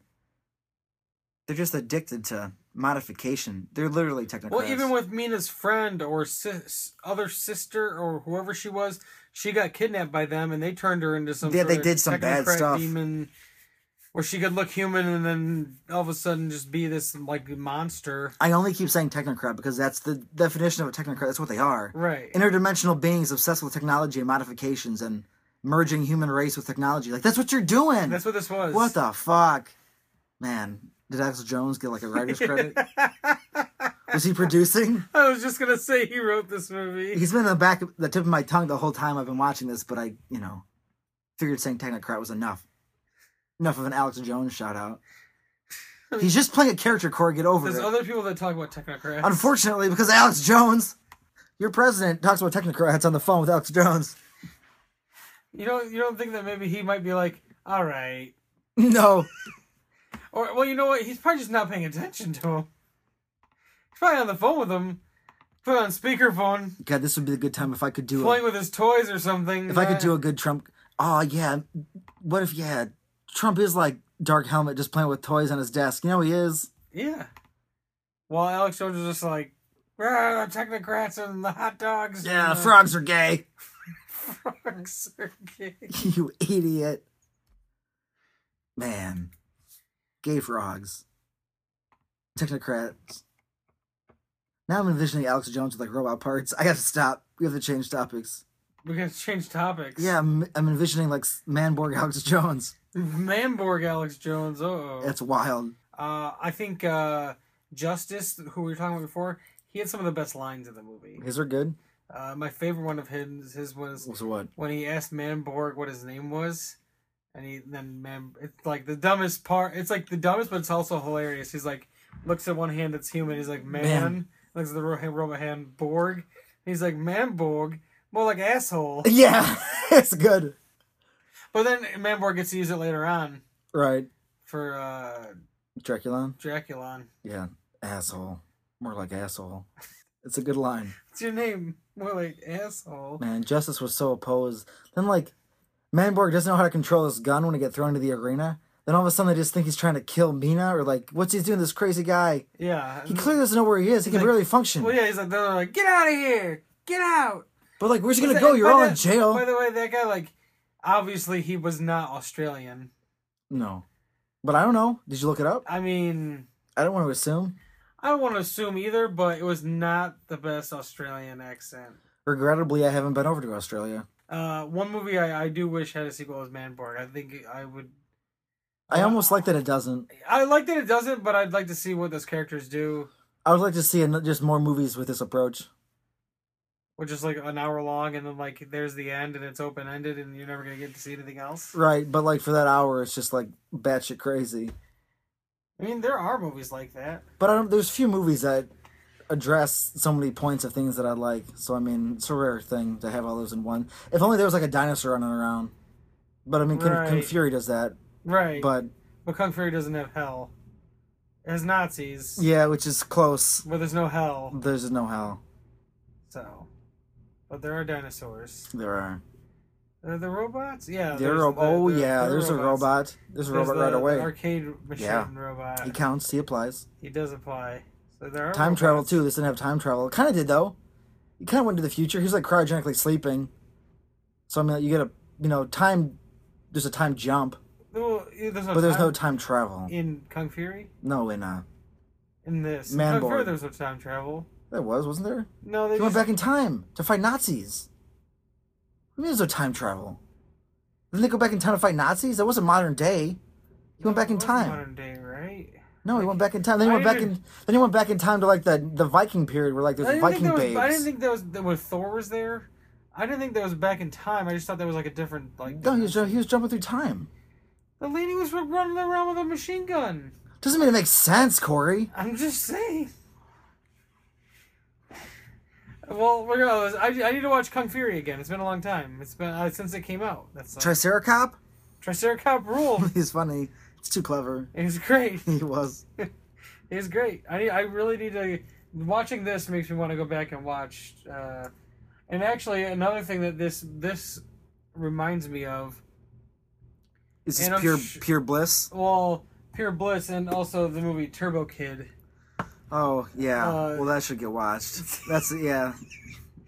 B: They're just addicted to modification. They're literally technical.
A: Well, even with Mina's friend or sis, other sister or whoever she was, she got kidnapped by them and they turned her into some
B: Yeah,
A: sort
B: they
A: of
B: did some bad
A: technocrat
B: stuff.
A: demon where she could look human and then all of a sudden just be this like monster.
B: I only keep saying technocrat because that's the definition of a technocrat. That's what they are.
A: Right.
B: Interdimensional beings obsessed with technology and modifications and merging human race with technology. Like that's what you're doing.
A: That's what this was.
B: What the fuck, man? Did Axel Jones get like a writer's credit? Was he producing?
A: I was just gonna say he wrote this movie.
B: He's been in the back, of the tip of my tongue the whole time I've been watching this, but I, you know, figured saying technocrat was enough. Enough of an Alex Jones shout out. He's just playing a character, Corey. Get over
A: There's
B: it.
A: other people that talk about technocrats.
B: Unfortunately, because Alex Jones, your president, talks about technocrats on the phone with Alex Jones.
A: You don't you don't think that maybe he might be like, all right,
B: No,
A: or well, you know what? He's probably just not paying attention to him. He's probably on the phone with him, put on speakerphone,
B: God, this would be a good time if I could do. A,
A: playing with his toys or something.
B: if I could do a good Trump. Oh yeah, what if yeah, Trump is like Dark Helmet, just playing with toys on his desk. You know he is.
A: yeah. While Alex Jones is just like, "Ah, technocrats and the hot dogs.
B: Yeah,
A: and the
B: frogs are gay.
A: frogs are gay."
B: you idiot, man. Gay frogs, technocrats. Now I'm envisioning Alex Jones with like robot parts. I have to stop. We have to change topics.
A: We gotta change topics.
B: Yeah, I'm, I'm envisioning like S- Manborg Alex Jones.
A: Manborg Alex Jones. Uh oh.
B: That's wild.
A: Uh, I think uh, Justice, who we were talking about before, He had some of the best lines in the movie.
B: His are good.
A: Uh, my favorite one of his his was
B: So what?
A: when he asked Manborg what his name was, and he then Man, it's like the dumbest part. It's like the dumbest, but it's also hilarious. He's like looks at one hand that's human. He's like man,
B: Man.
A: looks at the ro- robot hand Borg. He's like Manborg, more like asshole.
B: Yeah, it's good.
A: But then Manborg gets to use it later on
B: Right,
A: for uh,
B: Draculon.
A: Draculon.
B: Yeah, asshole. More like asshole. It's a good line.
A: What's your name? More like asshole.
B: Man, Justice was so opposed. Then like, Manborg doesn't know how to control his gun when he gets thrown into the arena. Then all of a sudden they just think he's trying to kill Mina or like, what's he doing? This crazy guy.
A: Yeah.
B: He clearly doesn't know where he is. He can barely function.
A: Well, yeah. He's like they're like get out of here, get out.
B: But like, where's he
A: Was
B: gonna
A: that-
B: go? You're
A: by
B: all
A: the-
B: in jail.
A: By the way, that guy like obviously he was not Australian.
B: No, but I don't know. Did you look it up?
A: I mean,
B: I don't want to assume.
A: I don't want to assume either, but it was not the best Australian accent.
B: Regrettably, I haven't been over to Australia.
A: Uh, one movie I, I do wish had a sequel is Manborg. I think I would.
B: I almost like that it doesn't.
A: I like that it doesn't, but I'd like to see what those characters do,
B: I would like to see an- just more movies with this approach.
A: which is like an hour long, and then like there's the end, and it's open ended, and you're never gonna get to see anything else.
B: Right, but like for that hour, it's just like batshit crazy.
A: I mean, there are movies like that.
B: But I don't, there's few movies that address so many points of things that I like. So I mean, it's a rare thing to have all those in one. If only there was like a dinosaur running around. But I mean, Kung- Kung
A: Right.
B: Fury does that.
A: Right. But,
B: But
A: Kung Fury doesn't have hell. It has Nazis,
B: yeah, which is close.
A: but there's no hell.
B: There's no hell.
A: So, but there are dinosaurs.
B: There are.
A: Are the robots? Yeah.
B: There
A: there's
B: are.
A: the-
B: Oh
A: there-
B: yeah,
A: there are
B: there's a
A: robots.
B: robot. There's a
A: There's
B: robot
A: the-
B: right
A: the
B: away.
A: arcade machine
B: Yeah.
A: robot.
B: He
A: He,
B: counts. He applies.
A: does apply. So there are
B: Time
A: robots.
B: travel too. This didn't have time travel. It kind of did though. He kind of went to the future. He was like cryogenically sleeping. So I mean, you get a you know time. There's a time jump,
A: Well, yeah, there's no
B: but there's
A: time
B: no time travel.
A: in Kung Fury.
B: No, in uh,
A: In this In
B: Man
A: Kung Fury,
B: Boy.
A: there's no time travel.
B: there was wasn't there?
A: No, they
B: He went
A: just,
B: back in time to fight Nazis. What do you mean there's no time travel? Didn't they go back in time to fight Nazis? That wasn't modern day. He went back in
A: What's
B: time.
A: Modern day, right?
B: No, he went back in time. Then he
A: I
B: went back in.
A: didn't-
B: Then he went back in time to like the the Viking period, where like
A: I
B: there's
A: didn't
B: Viking
A: think that was. I
B: babes.
A: didn't think that was that when Thor was there. I didn't think that was back in time. I just thought that was like a different like.
B: No, he was ju- he was jumping through time.
A: the lady was running around with a machine gun.
B: Doesn't mean it makes sense, Corey.
A: I'm just saying. Well, regardless, I, I need to watch Kung Fury again. It's been a long time. It's been uh, since it came out. That's all.
B: Triceracop?
A: Triceracop ruled.
B: He's funny. It's too clever.
A: It was great.
B: He was.
A: It was great. I need, I really need to. Watching this makes me want to go back and watch. Uh, and actually, another thing that this this reminds me of,
B: It's
A: And
B: just
A: I'm
B: pure
A: sh-
B: pure bliss.
A: well, Pure Bliss and also the movie Turbo Kid.
B: Oh yeah.
A: Uh,
B: well, that should get watched. That's yeah.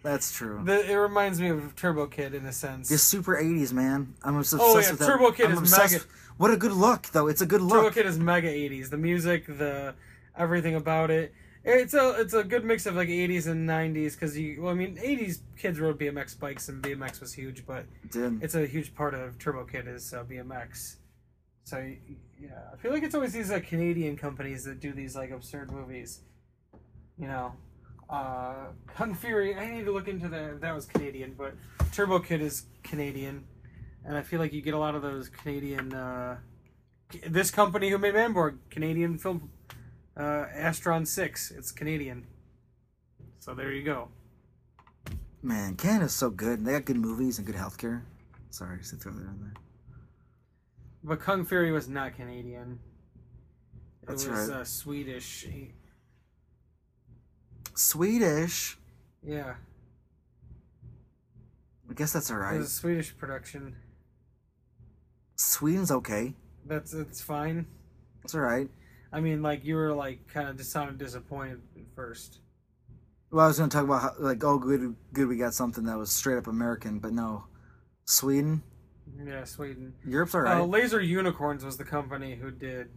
B: That's true.
A: The, it reminds me of Turbo Kid in a sense.
B: This super '80s man. I'm obsessed
A: Oh, yeah,
B: with that.
A: Turbo Kid
B: I'm
A: is
B: obsessed.
A: mega.
B: What a good look, though. It's a good
A: Turbo
B: look.
A: Kid is mega '80s. The music, the everything about it. It's a it's a good mix of like '80s and '90s because you. Well, I mean, '80s kids rode BMX bikes and BMX was huge, but
B: Dude,
A: it's a huge part of Turbo Kid is uh, BMX. So y- yeah, I feel like it's always these like Canadian companies that do these like absurd movies. You know, uh, Kung Fury. I need to look into that. That was Canadian, but Turbo Kid is Canadian, and I feel like you get a lot of those Canadian. Uh, c- this company who made Manborg, Canadian film, uh, Astron Six. It's Canadian. So there you go.
B: man, Canada's so good. They got good movies and good healthcare. Sorry, just to throw that in there.
A: But Kung Fury was not Canadian. It
B: That's
A: was
B: right.
A: uh, Swedish.
B: Swedish.
A: Yeah,
B: I guess that's all
A: it
B: right.
A: was a Swedish production.
B: Sweden's okay.
A: That's it's fine.
B: It's all right.
A: I mean, like you were like kind of just sounded disappointed at first.
B: Well, I was going to talk about how, like, oh, good, good, we got something that was straight up American, but no, Sweden,
A: Yeah, Sweden.
B: Europe's all right.
A: Uh, Laser Unicorns was the company who did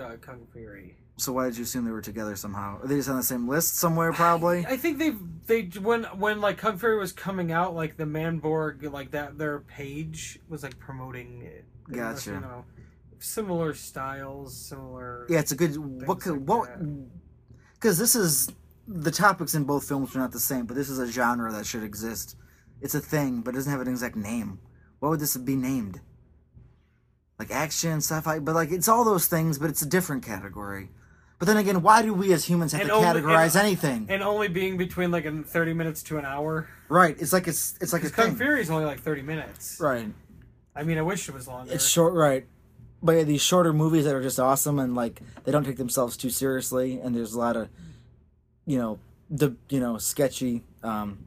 A: uh, Kung Fury.
B: so why did you assume they were together somehow? Are they just on the same list somewhere? Probably.
A: I think they've they when when like Kung Fury was coming out, like the Manborg like that their page was like promoting it. They must,
B: Gotcha.
A: You know, similar styles, similar.
B: yeah, it's a good. What?
A: Things
B: Could,
A: like
B: what? Because this is the topics in both films are not the same, but this is a genre that should exist. It's a thing, but it doesn't have an exact name. What would this be named? Like action, sci-fi, but like it's all those things, but it's a different category. But then again, why do we as humans have
A: And
B: to
A: only-
B: categorize
A: and-
B: anything?
A: and only being between like in thirty minutes to an hour.
B: right? It's like it's it's like a
A: Because Kung
B: thing.
A: Fury is only like thirty minutes.
B: Right.
A: I mean, I wish it was longer.
B: It's short, right? But yeah, these shorter movies that are just awesome and like they don't take themselves too seriously, and there's a lot of, you know, the you know sketchy um,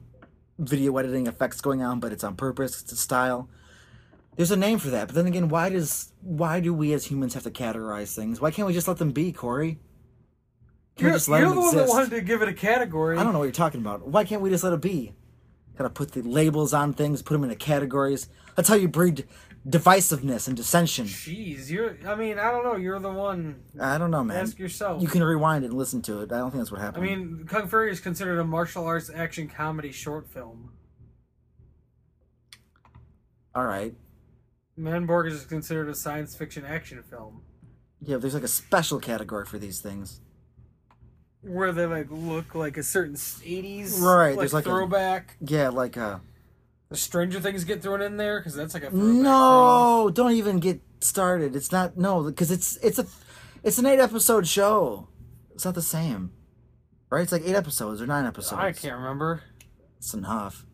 B: video editing effects going on, but it's on purpose. It's a style. There's a name for that, but then again, why does why do we as humans have to categorize things? Why can't we just let them be, Corey? Can
A: you're
B: we just let
A: you're
B: them
A: the one that
B: exist?
A: wanted to give it a category.
B: I don't know what you're talking about. Why can't we just let it be? Gotta put the labels on things, put them into categories. That's how you breed divisiveness and dissension.
A: Jeez, you're. I mean, I don't know. You're the one.
B: I don't know, man.
A: Ask yourself.
B: You can rewind it and listen to it. I don't think that's what
A: I
B: happened.
A: mean, Kung Fury is considered a martial arts action comedy short film.
B: all right.
A: Manborg is considered a science fiction action film
B: Yeah, but there's like a special category for these things.
A: where they like look like a certain '80s
B: Right, there's like a-
A: throwback.
B: Yeah, like uh
A: The Stranger Things get thrown in there because that's like a throwback
B: No, don't even get started. It's not no, because it's it's a it's an eight episode show. It's not the same. Right? It's like eight episodes or nine
A: thing.
B: episodes.
A: I can't remember.
B: It's enough.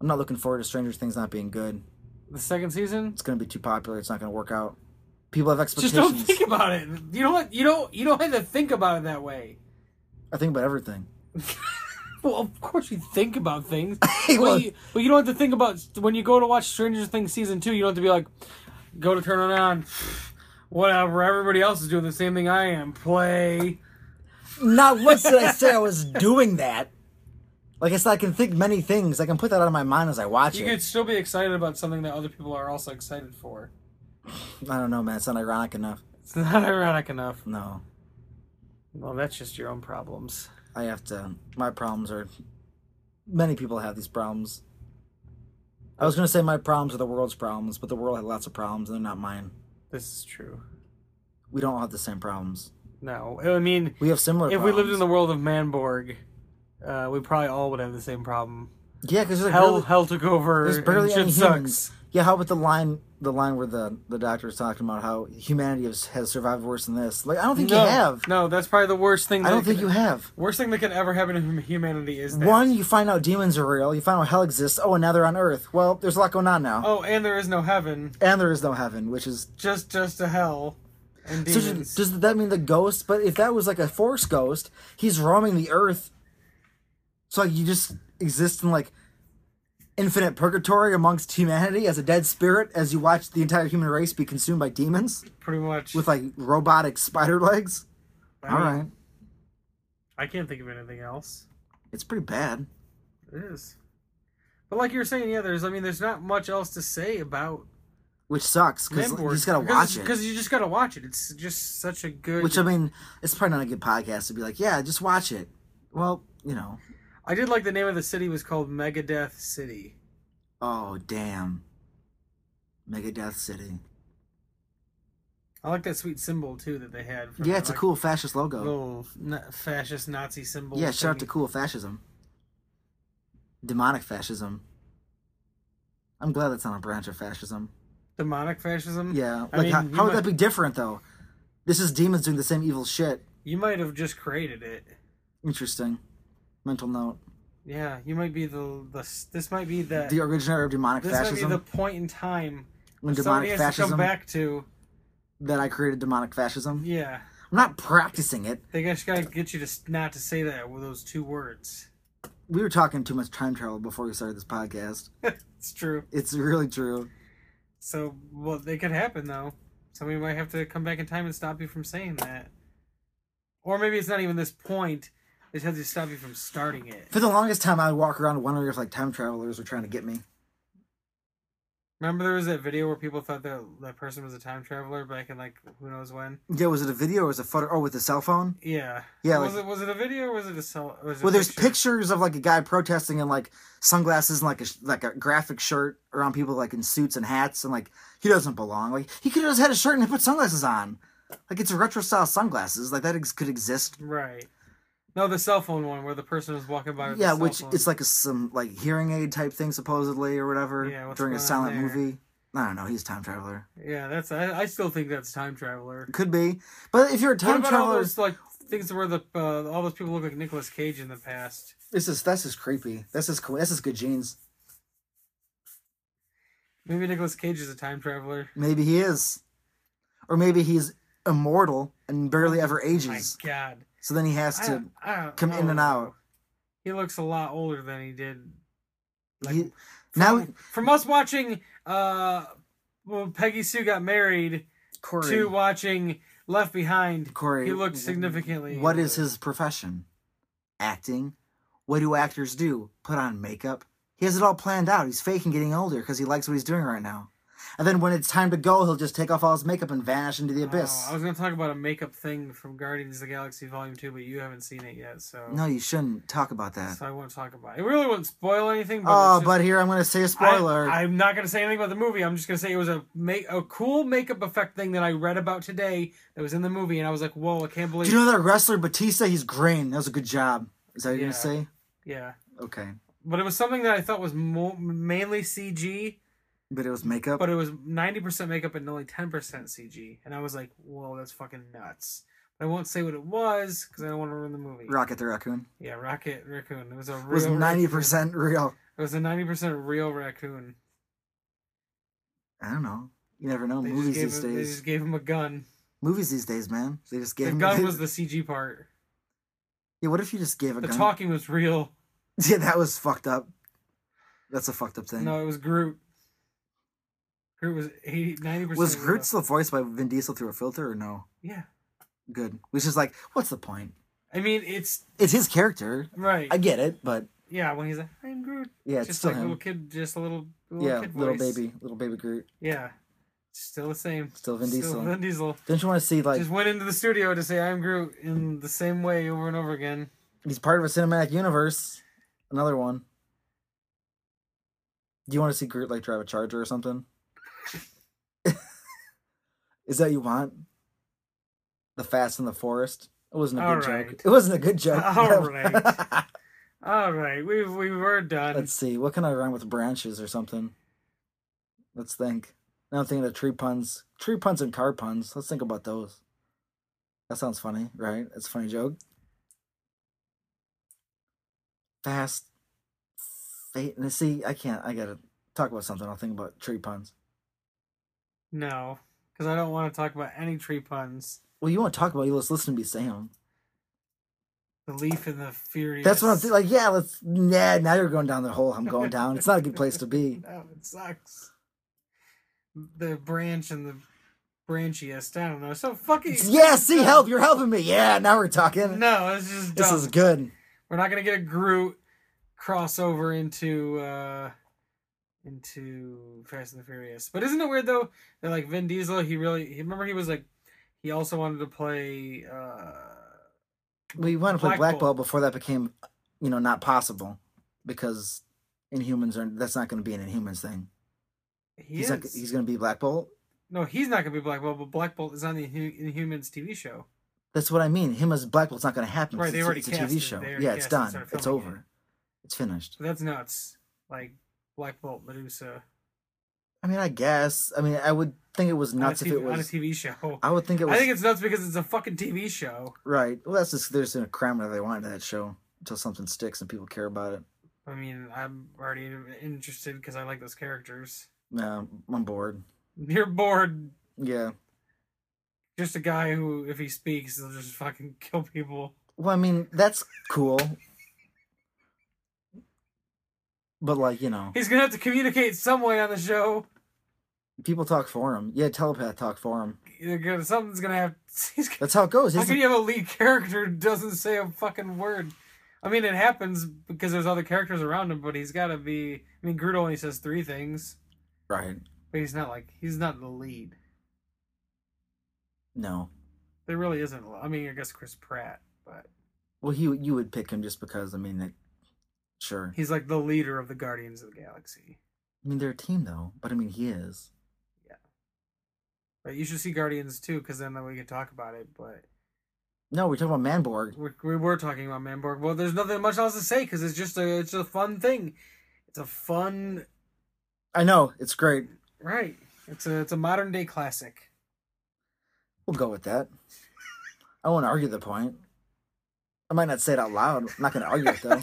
B: I'm not looking forward to Stranger Things not being good.
A: The second season.
B: It's gonna be too popular, it's not gonna work out. People have
A: Just don't
B: expectations.
A: think about it. You know what? You don't. You don't have to think about it that way.
B: I think about everything.
A: Well, of course you think about things,
B: Well-
A: but, you, but you don't have to think about when you go to watch Stranger Things season two. You don't have to be like, go to turn it on, whatever. Everybody else is doing the same thing I am. Play.
B: Not once did I say I was doing that. Like I said, I can think many things. I can put that out of my mind as I watch
A: You
B: it.
A: could still be excited about something that other people are also excited for.
B: I don't know, man. It's not ironic enough.
A: It's not ironic enough.
B: No,
A: Well, that's just your own problems.
B: I have to. My problems are. Many people have these problems. I was gonna say my problems are the world's problems, but the world had lots of problems, and they're not mine.
A: This is true.
B: We don't all have the same problems.
A: No, I mean,
B: We have similar.
A: if we
B: problems.
A: lived in the world of Manborg, uh, we probably all would have the same problem.
B: yeah, because there's like
A: Hell,
B: barely,
A: hell took over.
B: there's
A: and
B: barely
A: shit
B: any
A: sucks.
B: humans. Yeah, how about the line? The line where the the doctor is talking about how humanity has, has survived worse than this. Like I don't think
A: no,
B: you have.
A: No, that's probably the worst thing.
B: I
A: that
B: don't think
A: could-
B: you have.
A: Worst thing that could ever happen to hum- humanity is that.
B: One, you find out demons are real. You find out hell exists. Oh, and now they're on Earth. Well, there's a lot going on now,
A: Oh, and there is no heaven,
B: and there is no heaven, which is.
A: just just a hell, and
B: So
A: demons.
B: does, does that mean the ghost? But if that was like a force ghost, he's roaming the Earth. So like, you just exist in like infinite purgatory amongst humanity as a dead spirit as you watch the entire human race be consumed by demons
A: pretty much.
B: with like robotic spider legs.
A: I
B: All
A: mean,
B: right,
A: I can't think of anything else.
B: it's pretty bad.
A: It is. But like you were saying, yeah, there's. I mean, there's not much else to say about
B: Which sucks because
A: Manborg.
B: you just gotta
A: because,
B: watch it.
A: Because you just gotta watch it. It's just such a good.
B: Which I mean, it's probably not a good podcast to be like, yeah, just watch it. Well, you know,
A: I did like the name of the city was called Megadeth City.
B: oh damn, Megadeth City.
A: I like that sweet symbol too that they had. from
B: Yeah,
A: the,
B: it's a
A: like,
B: cool fascist logo.
A: little na- fascist Nazi symbol.
B: Oh. Yeah, shout out to
A: thingy.
B: cool fascism, demonic fascism. I'm glad that's not a branch of fascism.
A: demonic fascism.
B: Yeah, like
A: I mean,
B: how,
A: you
B: how would
A: might-
B: that be different though? This is demons doing the same evil shit.
A: You might have just created it.
B: Interesting. Mental note:
A: Yeah, you might be the the this might be the,
B: the originator of demonic
A: this might
B: fascism.
A: be the point in time
B: when
A: somebody
B: demonic
A: has to
B: fascism
A: come back to.
B: that I created demonic fascism.
A: Yeah,
B: I'm not practicing it.
A: they just gotta get you to s- not to say that with those two words.
B: we were talking too much time travel before we started this podcast.
A: It's true.
B: It's really true.
A: So well, they could happen though. Somebody might have to come back in time and stop you from saying that, or maybe it's not even this point. They just have to stop you from starting it.
B: For the longest time, I would walk around wondering if like time travelers were trying to get me.
A: Remember there was that video where people thought that that person was a time traveler back in like who knows when.
B: Yeah, was it a video or was it a photo? Oh, with the cell phone.
A: Yeah.
B: Yeah,
A: Was
B: like-
A: it was it a video or was it a cell? or Was it a
B: Well, there's
A: picture?
B: pictures of like a guy protesting in like sunglasses and like a sh- like a graphic shirt around people like in suits and hats and like he doesn't belong. Like he could have just had a shirt and put sunglasses on. Like it's retro style sunglasses. Like that ex- could exist.
A: Right. No, the cell phone one where the person is walking by. With
B: yeah,
A: the cell
B: which
A: phone.
B: it's like a some like hearing aid type thing supposedly or whatever
A: Yeah, what's
B: during a
A: going on
B: silent
A: there?
B: movie. I don't know. He's a time traveler.
A: yeah, that's I, I still think that's time traveler.
B: Could be, but if you're a
A: What
B: time
A: about all
B: traveler,
A: those like things where the uh, all those people look like Nicolas Cage in the past?
B: this is that's just creepy. That's just cool. That's just good genes.
A: Maybe Nicolas Cage is a time traveler.
B: Maybe he is, or maybe he's immortal and barely ever
A: Oh My
B: ages.
A: God,
B: So then he has
A: I
B: to
A: don't- I don't
B: come in
A: know.
B: and out.
A: He looks a lot older than he did. Like
B: He- now
A: from, from us watching uh, when Peggy Sue got married
B: Corey.
A: to watching Left Behind,
B: Corey,
A: he looked significantly.
B: What is
A: older.
B: his profession? Acting. What do actors do? Put on makeup. He has it all planned out. He's faking getting older because he likes what he's doing right now. And then when it's time to go, he'll just take off all his makeup and vanish into the abyss.
A: Oh, I was going to talk about a makeup thing from Guardians of the Galaxy Volume Two, but you haven't seen it yet, so
B: No, you shouldn't talk about that.
A: so I won't talk about it. It really wouldn't spoil anything. But
B: oh,
A: it's just-
B: but here I'm going to say a spoiler.
A: I, am not going to say anything about the movie. I'm just going to say it was a make a cool makeup effect thing that I read about today that was in the movie, and I was like, "Whoa, I can't
B: do
A: believe!"
B: you know that wrestler Batista? He's green. That was a good job. Is that what you're
A: Yeah.
B: going to say?
A: yeah,
B: Okay.
A: but it was something that I thought was mo- mainly CG,
B: But it was makeup.
A: but it was 90% makeup and only 10% CG, and I was like, "Whoa, that's fucking nuts." I won't say what it was because I don't want to ruin the movie.
B: Rocket the Raccoon.
A: Yeah, Rocket Raccoon. It was a real
B: It was
A: raccoon.
B: 90% real.
A: It was a ninety percent real raccoon.
B: I don't know. You never know.
A: They just,
B: Movies
A: gave
B: these
A: him, they
B: days.
A: just gave him a gun.
B: movies these days, man. They just gave
A: The
B: him
A: gun was the CG part.
B: yeah. What if you just gave a
A: The
B: gun?
A: talking was real.
B: Yeah, that was fucked up. That's a fucked up thing.
A: No, it was Groot. Groot was 80, 90%.
B: was
A: real.
B: Groot still voiced by Vin Diesel through a filter or no?
A: Yeah.
B: Good. Which is like, what's the point?
A: I mean, it's.
B: It's his character.
A: Right.
B: I get it, but
A: yeah, when he's like, I'm Groot.
B: yeah, it's
A: just
B: still
A: like a
B: him.
A: little kid, just a little, little
B: Yeah,
A: kid
B: little
A: voice.
B: baby, little baby Groot,
A: Yeah. Still the same.
B: still Vin
A: Still
B: Diesel.
A: Vin Diesel.
B: Don't you want to see like
A: just went into the studio to say, I'm Groot in the same way over and over again.
B: he's part of a cinematic universe? Another one. Do you want to see Groot like drive a charger or something? is that you want? The Fast and the Forest. It wasn't a
A: All
B: good joke.
A: right.
B: It wasn't a good joke.
A: All right. All right. We've, we were done.
B: Let's see. What can I rhyme with branches or something? Let's think. Now I'm thinking of tree puns. Tree puns and car puns. Let's think about those. That sounds funny, right? It's a funny joke. Fast. Fate. See, I can't. I gotta talk about something. I'll think about tree puns.
A: No, because I don't want to talk about any tree puns.
B: Well, you want to talk about? You let's listen to me say 'em.
A: The leaf and the furious.
B: That's what I'm th- like. Yeah, let's. Nah, now you're going down the hole. I'm going down. It's not a good place to be.
A: No, it sucks. The branch and the branchiest. I don't know. So fucking.
B: Yeah, see, help. You're helping me. Yeah, now we're talking.
A: No, it's just
B: This
A: dumb.
B: is good.
A: We're not gonna get a Groot crossover into uh into Fast and the Furious. But isn't it weird though that like Vin Diesel, he really he remember he was like he also wanted to play uh
B: we want to play
A: Black
B: Black
A: Bolt.
B: Bolt before that became, you know, not possible because Inhumans are that's not going to be an Inhumans thing.
A: he is.
B: he's not, he's going to be Black Bolt.
A: No, he's not going to be Black Bolt, but Black Bolt is on the Inhu- Inhumans TV show.
B: That's what I mean. Him as Black Bolt's not going to happen.
A: Right,
B: because
A: they
B: it's, a-
A: already
B: it's a
A: cast
B: TV
A: it.
B: show.
A: They already
B: Yeah, it's
A: cast it and
B: done.
A: started
B: It's
A: filming
B: over.
A: it.
B: It's finished.
A: So that's nuts. Like Black Bolt, Medusa.
B: I mean, I guess. I mean, I would think it was nuts
A: on
B: if
A: a TV,
B: it
A: on a
B: was.
A: TV show.
B: I would think it was
A: I think it's nuts because it's a fucking TV show.
B: right. Well, that's just there's a cram whatever they want to that show until something sticks and people care about it.
A: I mean, I'm already interested because I like those characters.
B: Nah, I'm bored.
A: You're bored.
B: Yeah.
A: Just a guy who, if he speaks, he'll just fucking kill people.
B: Well, I mean, that's cool. But like, you know,
A: He's gonna have to communicate some way on the show.
B: people talk for him. Yeah, telepath talk for him.
A: They're gonna, something's gonna have. He's gonna,
B: That's how it goes.
A: How
B: He's
A: can you have a lead character who doesn't say a fucking word? I mean, it happens because there's other characters around him, but he's got to be. I mean, Groot only says three things,
B: right.
A: but he's not like he's not the lead.
B: No.
A: There really isn't. a- I mean, I guess Chris Pratt, but
B: Well, he you would pick him just because. I mean, it, sure.
A: he's like the leader of the Guardians of the Galaxy.
B: I mean, they're a team though. But I mean, he is.
A: But you should see Guardians too, because then we can talk about it. But
B: No, we're talking about Manborg.
A: We, we were talking about Manborg. Well, there's nothing much else to say because it's just a it's a fun thing. It's a fun
B: I know it's great.
A: right. It's a it's a modern day classic.
B: We'll go with that. I won't argue the point. I might not say it out loud. I'm not gonna argue it though.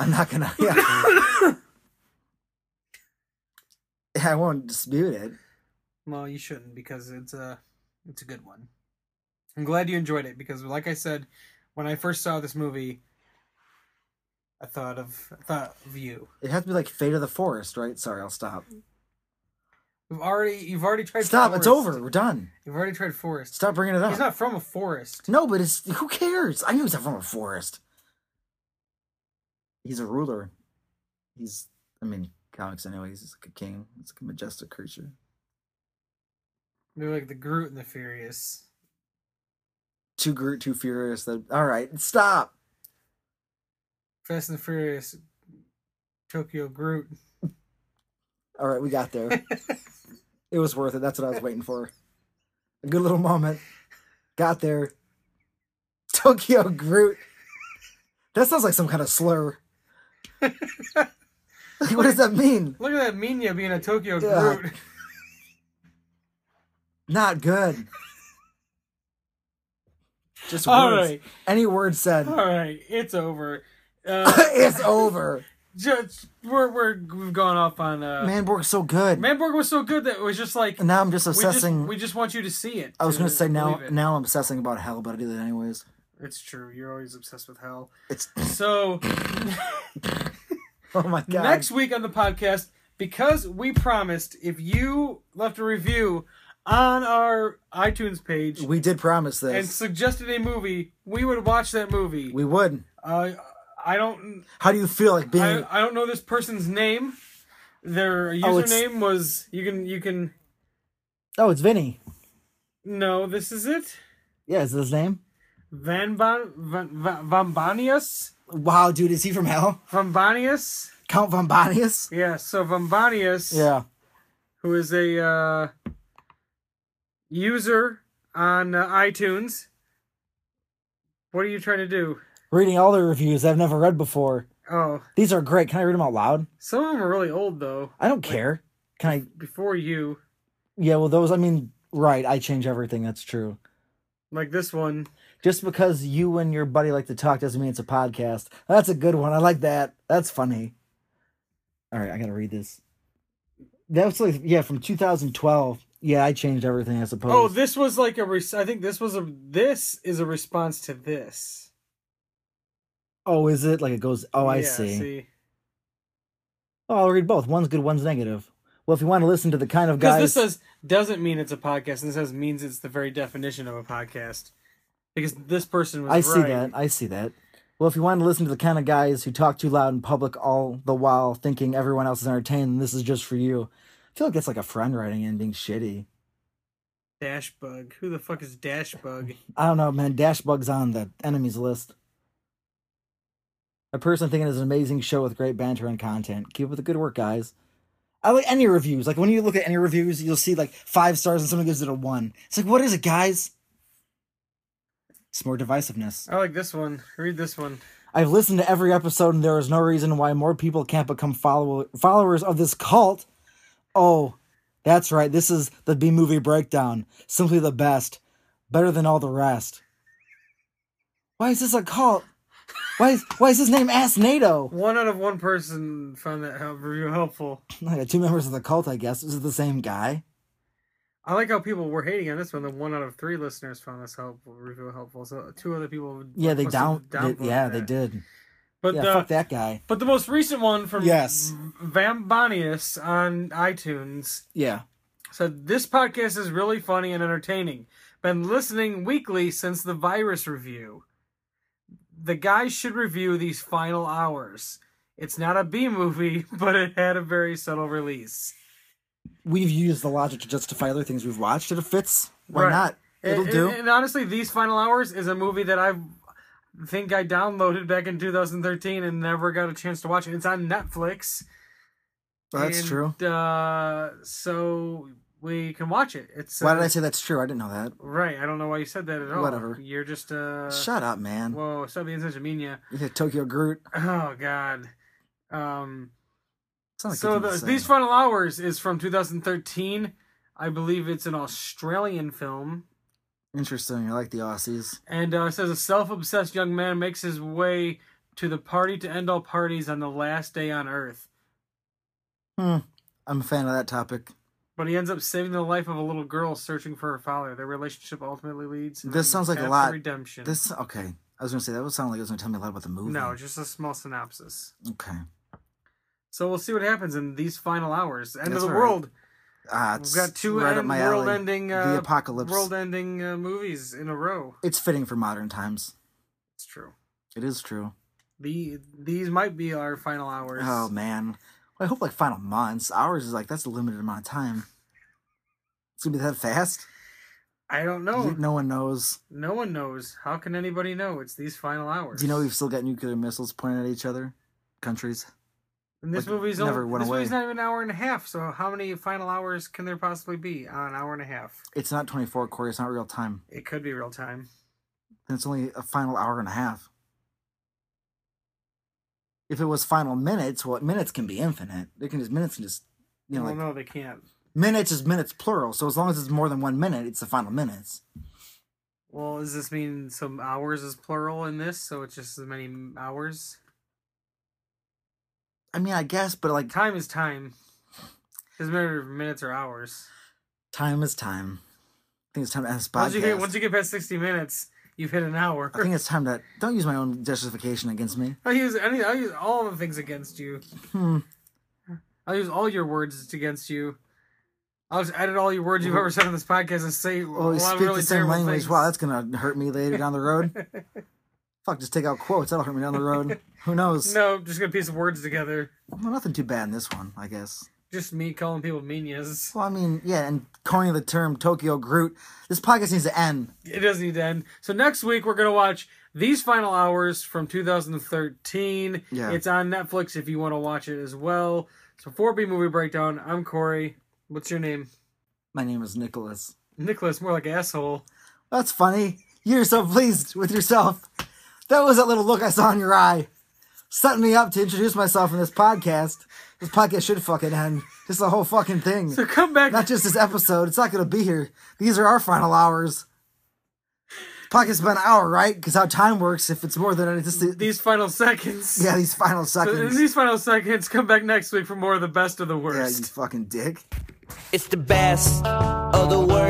B: I'm not gonna. Yeah. Yeah, I won't dispute it.
A: Well, you shouldn't because it's a it's a good one. I'm glad you enjoyed it because, like I said, when I first saw this movie, I thought of I thought of you.
B: It has to be like Fate of the Forest, right? Sorry, I'll stop.
A: We've already you've already tried.
B: Stop. It's
A: Forrest.
B: over. We're done.
A: You've already tried Forest.
B: Stop bringing it up.
A: He's not from a forest.
B: No, but it's who cares? I knew he's not from a forest. He's a ruler. He's, I mean, comics anyways. He's like a king. He's like a majestic creature.
A: Maybe like the Groot and the Furious.
B: Too Groot, too furious. That all right? Stop.
A: Fast and the Furious. Tokyo Groot.
B: All right, we got there. it was worth it. That's what I was waiting for. A good little moment. Got there. Tokyo Groot. That sounds like some kind of slur. like, what does that mean?
A: Look at that Minya being a Tokyo
B: Yeah.
A: Groot.
B: Not good. Just words.
A: All right.
B: Any word said,
A: All right, it's over. Uh,
B: it's over.
A: just we're we're we've gone off on uh,
B: Manborg's so good.
A: Manborg was so good that it was just like
B: and now I'm just
A: we just,
B: obsessing.
A: we just want you to see it.
B: I was
A: to
B: gonna say now.
A: believe it.
B: Now I'm obsessing about hell, but I do that anyways.
A: It's true. You're always obsessed with hell.
B: It's
A: So
B: oh my god.
A: next week on the podcast, because we promised, if you left a review on our iTunes page
B: we did promise
A: and
B: this.
A: suggested a movie, we would watch that movie.
B: we would.
A: uh, I don't.
B: How do you feel like being?
A: I, I don't know this person's name. Their
B: Oh, it's-
A: username was you can you can
B: oh, it's Vinny.
A: no this is it
B: Yeah, is that his name?
A: Van Bon Van, Van, Vambanius
B: Wow, dude, is he from hell?
A: Vambanius
B: Count von Bonius?
A: Yeah, so Vambanius,
B: Yeah.
A: who is a uh, user on uh, iTunes, what are you trying to do?
B: Reading all the reviews I've never read before.
A: Oh,
B: These are great. Can I read them out loud?
A: some of them are really old though.
B: I don't care. Can I?
A: Before you,
B: Yeah. Well, those. I mean, right. I change everything. That's true.
A: like this one,
B: Just because you and your buddy like to talk doesn't mean it's a podcast. That's a good one. I like that. That's funny. All right, I gotta read this. That was like yeah, from 2012. Yeah, I changed everything. I suppose.
A: oh, this was like a. Res- I think this was a. This is a response to this.
B: oh, is it like it goes? Oh, I
A: Yeah,
B: see. Oh, I'll read both. One's good. One's negative. Well, if you want to listen to the kind of
A: Because this
B: guys,
A: says doesn't mean it's a podcast, and this says means it's the very definition of a podcast. Because this person was
B: I see
A: right.
B: that. I see that. Well, if you want to listen to the kind of guys who talk too loud in public all the while thinking everyone else is entertained, then this is just for you. I feel like that's like a friend writing in being shitty.
A: Dash bug. Who the fuck is Dash bug?
B: I don't know, man. Dashbug's on the enemies list. A person thinking it's an amazing show with great banter and content. Keep up the good work, guys. I like any reviews. Like when you look at any reviews, you'll see like five stars and someone gives it a one. It's like, what is it, guys? It's more divisiveness.
A: I like this one. Read this one.
B: I've listened to every episode, and there is no reason why more people can't become follow- followers of this cult. Oh, that's right. This is the B movie breakdown. Simply the best, better than all the rest. Why is this a cult? Why is why is his name Ass NATO?
A: One out of one person found that help, review helpful.
B: I got two members of the cult, I guess. Is it the same guy?
A: I like how people were hating on this one. The one out of three listeners found this helpful review helpful. So two other people.
B: Yeah, they
A: must
B: down.
A: have
B: they-
A: downvoted
B: yeah, they
A: that.
B: did.
A: But uh,
B: Yeah,
A: the
B: fuck that guy.
A: but the most recent one from
B: Yes.
A: Vambanius on iTunes
B: Yeah.
A: said this podcast is really funny and entertaining. Been listening weekly since the virus review. The guys should review these final hours. It's not a B movie, but it had a very subtle release.
B: We've used the logic to justify other things we've watched. It fits. Why
A: Right.
B: not? It'll
A: and,
B: do.
A: And, and honestly, these final hours is a movie that I think I downloaded back in 2013 and never got a chance to watch it. It's on Netflix.
B: That's
A: And,
B: true.
A: Uh, so we can watch it. It's
B: Why
A: uh,
B: did I say that's true? I didn't know that.
A: right. I don't know why you said that at all.
B: Whatever.
A: You're just uh.
B: Shut up, man.
A: Whoa, stop being such a mean ya.
B: Yeah, Tokyo Groot.
A: Oh God. Um.
B: It's not a
A: so
B: good thing to
A: the,
B: say.
A: these final hours is from 2013. I believe it's an Australian film.
B: Interesting. I like the Aussies.
A: And uh, it says a self obsessed young man makes his way to the party to end all parties on the last day on Earth.
B: Hmm. I'm a fan of that topic.
A: But he ends up saving the life of a little girl searching for her father. Their relationship ultimately leads. to
B: This
A: the
B: sounds like a
A: path to
B: lot.
A: Redemption.
B: This okay. I was gonna say that would sound like it was gonna tell me a lot about the movie.
A: no, just a small synopsis.
B: Okay.
A: So we'll see what happens in these final hours. End of
B: That's
A: the
B: all right.
A: world.
B: Ah, it's
A: We've got two
B: right up
A: end,
B: my alley.
A: world-ending,
B: the
A: uh,
B: apocalypse.
A: world-ending uh, movies in a row.
B: It's fitting for modern times.
A: It's true.
B: It is true.
A: The these might be our final hours.
B: Oh man. Well, I hope like final months. Hours is like that's a limited amount of time. It's gonna be that fast.
A: I don't
B: You-
A: know.
B: No one knows.
A: No one knows. How can anybody know? It's these final hours.
B: Do you know we've still got nuclear missiles pointed at each other? Countries.
A: And this
B: like,
A: movie's
B: never
A: only,
B: went
A: this movie's
B: away.
A: not even an hour and a half. So how many final hours can there possibly be on an hour and a half?
B: It's not 24, Corey. It's not real time.
A: It could be real time.
B: And it's only a final hour and a half. If it was final minutes, well, minutes can be infinite. They can just minutes can just, you know,
A: well,
B: like
A: no, they can't.
B: minutes is minutes plural. So as long as it's more than one minute, it's the final minutes.
A: Well, does this mean some hours is plural in this? So it's just as many hours.
B: I mean, I guess, but like
A: Time is time. Doesn't matter if minutes or hours.
B: time is time. I think it's time to end this
A: Once you
B: podcast.
A: get once you get past sixty minutes, you've hit an hour.
B: I think it's time to don't use my own justification against me.
A: I use any. I use all the things against you.
B: Hmm.
A: I'll use all your words against you. I'll just edit all your words you've ever said on this podcast and say a
B: Well,
A: lot
B: we Oh, speak
A: of really
B: the same
A: terrible
B: language.
A: things.
B: Wow, that's gonna hurt me later down the road. Fuck, just take out quotes. That'll hurt me down the road. Who knows?
A: no, just gonna piece of words together.
B: Well, nothing too bad in this one, I guess.
A: Just me calling people menias.
B: Well, I mean, yeah, and coining the term Tokyo Groot. This podcast needs to end.
A: It doesn't need to end. So next week we're gonna watch these final hours from 2013.
B: Yeah.
A: It's on Netflix if you want to watch it as well. So for B movie breakdown, I'm Corey. What's your name?
B: My name is Nicholas.
A: Nicholas, more like asshole.
B: That's funny. You're so pleased with yourself. That was that little look I saw in your eye. Setting me up to introduce myself in this podcast. This podcast should fucking end. Just the whole fucking thing.
A: So come back.
B: Not just this episode. It's not going to be here. These are our final hours. Podcast's been an hour, right? Because how time works, if it's more than just the,
A: these final seconds.
B: yeah, these final
A: So in
B: seconds.
A: these final seconds, come back next week for more of the best of the
B: yeah, you
A: worst.
B: fucking dick.
C: It's the best of the worst.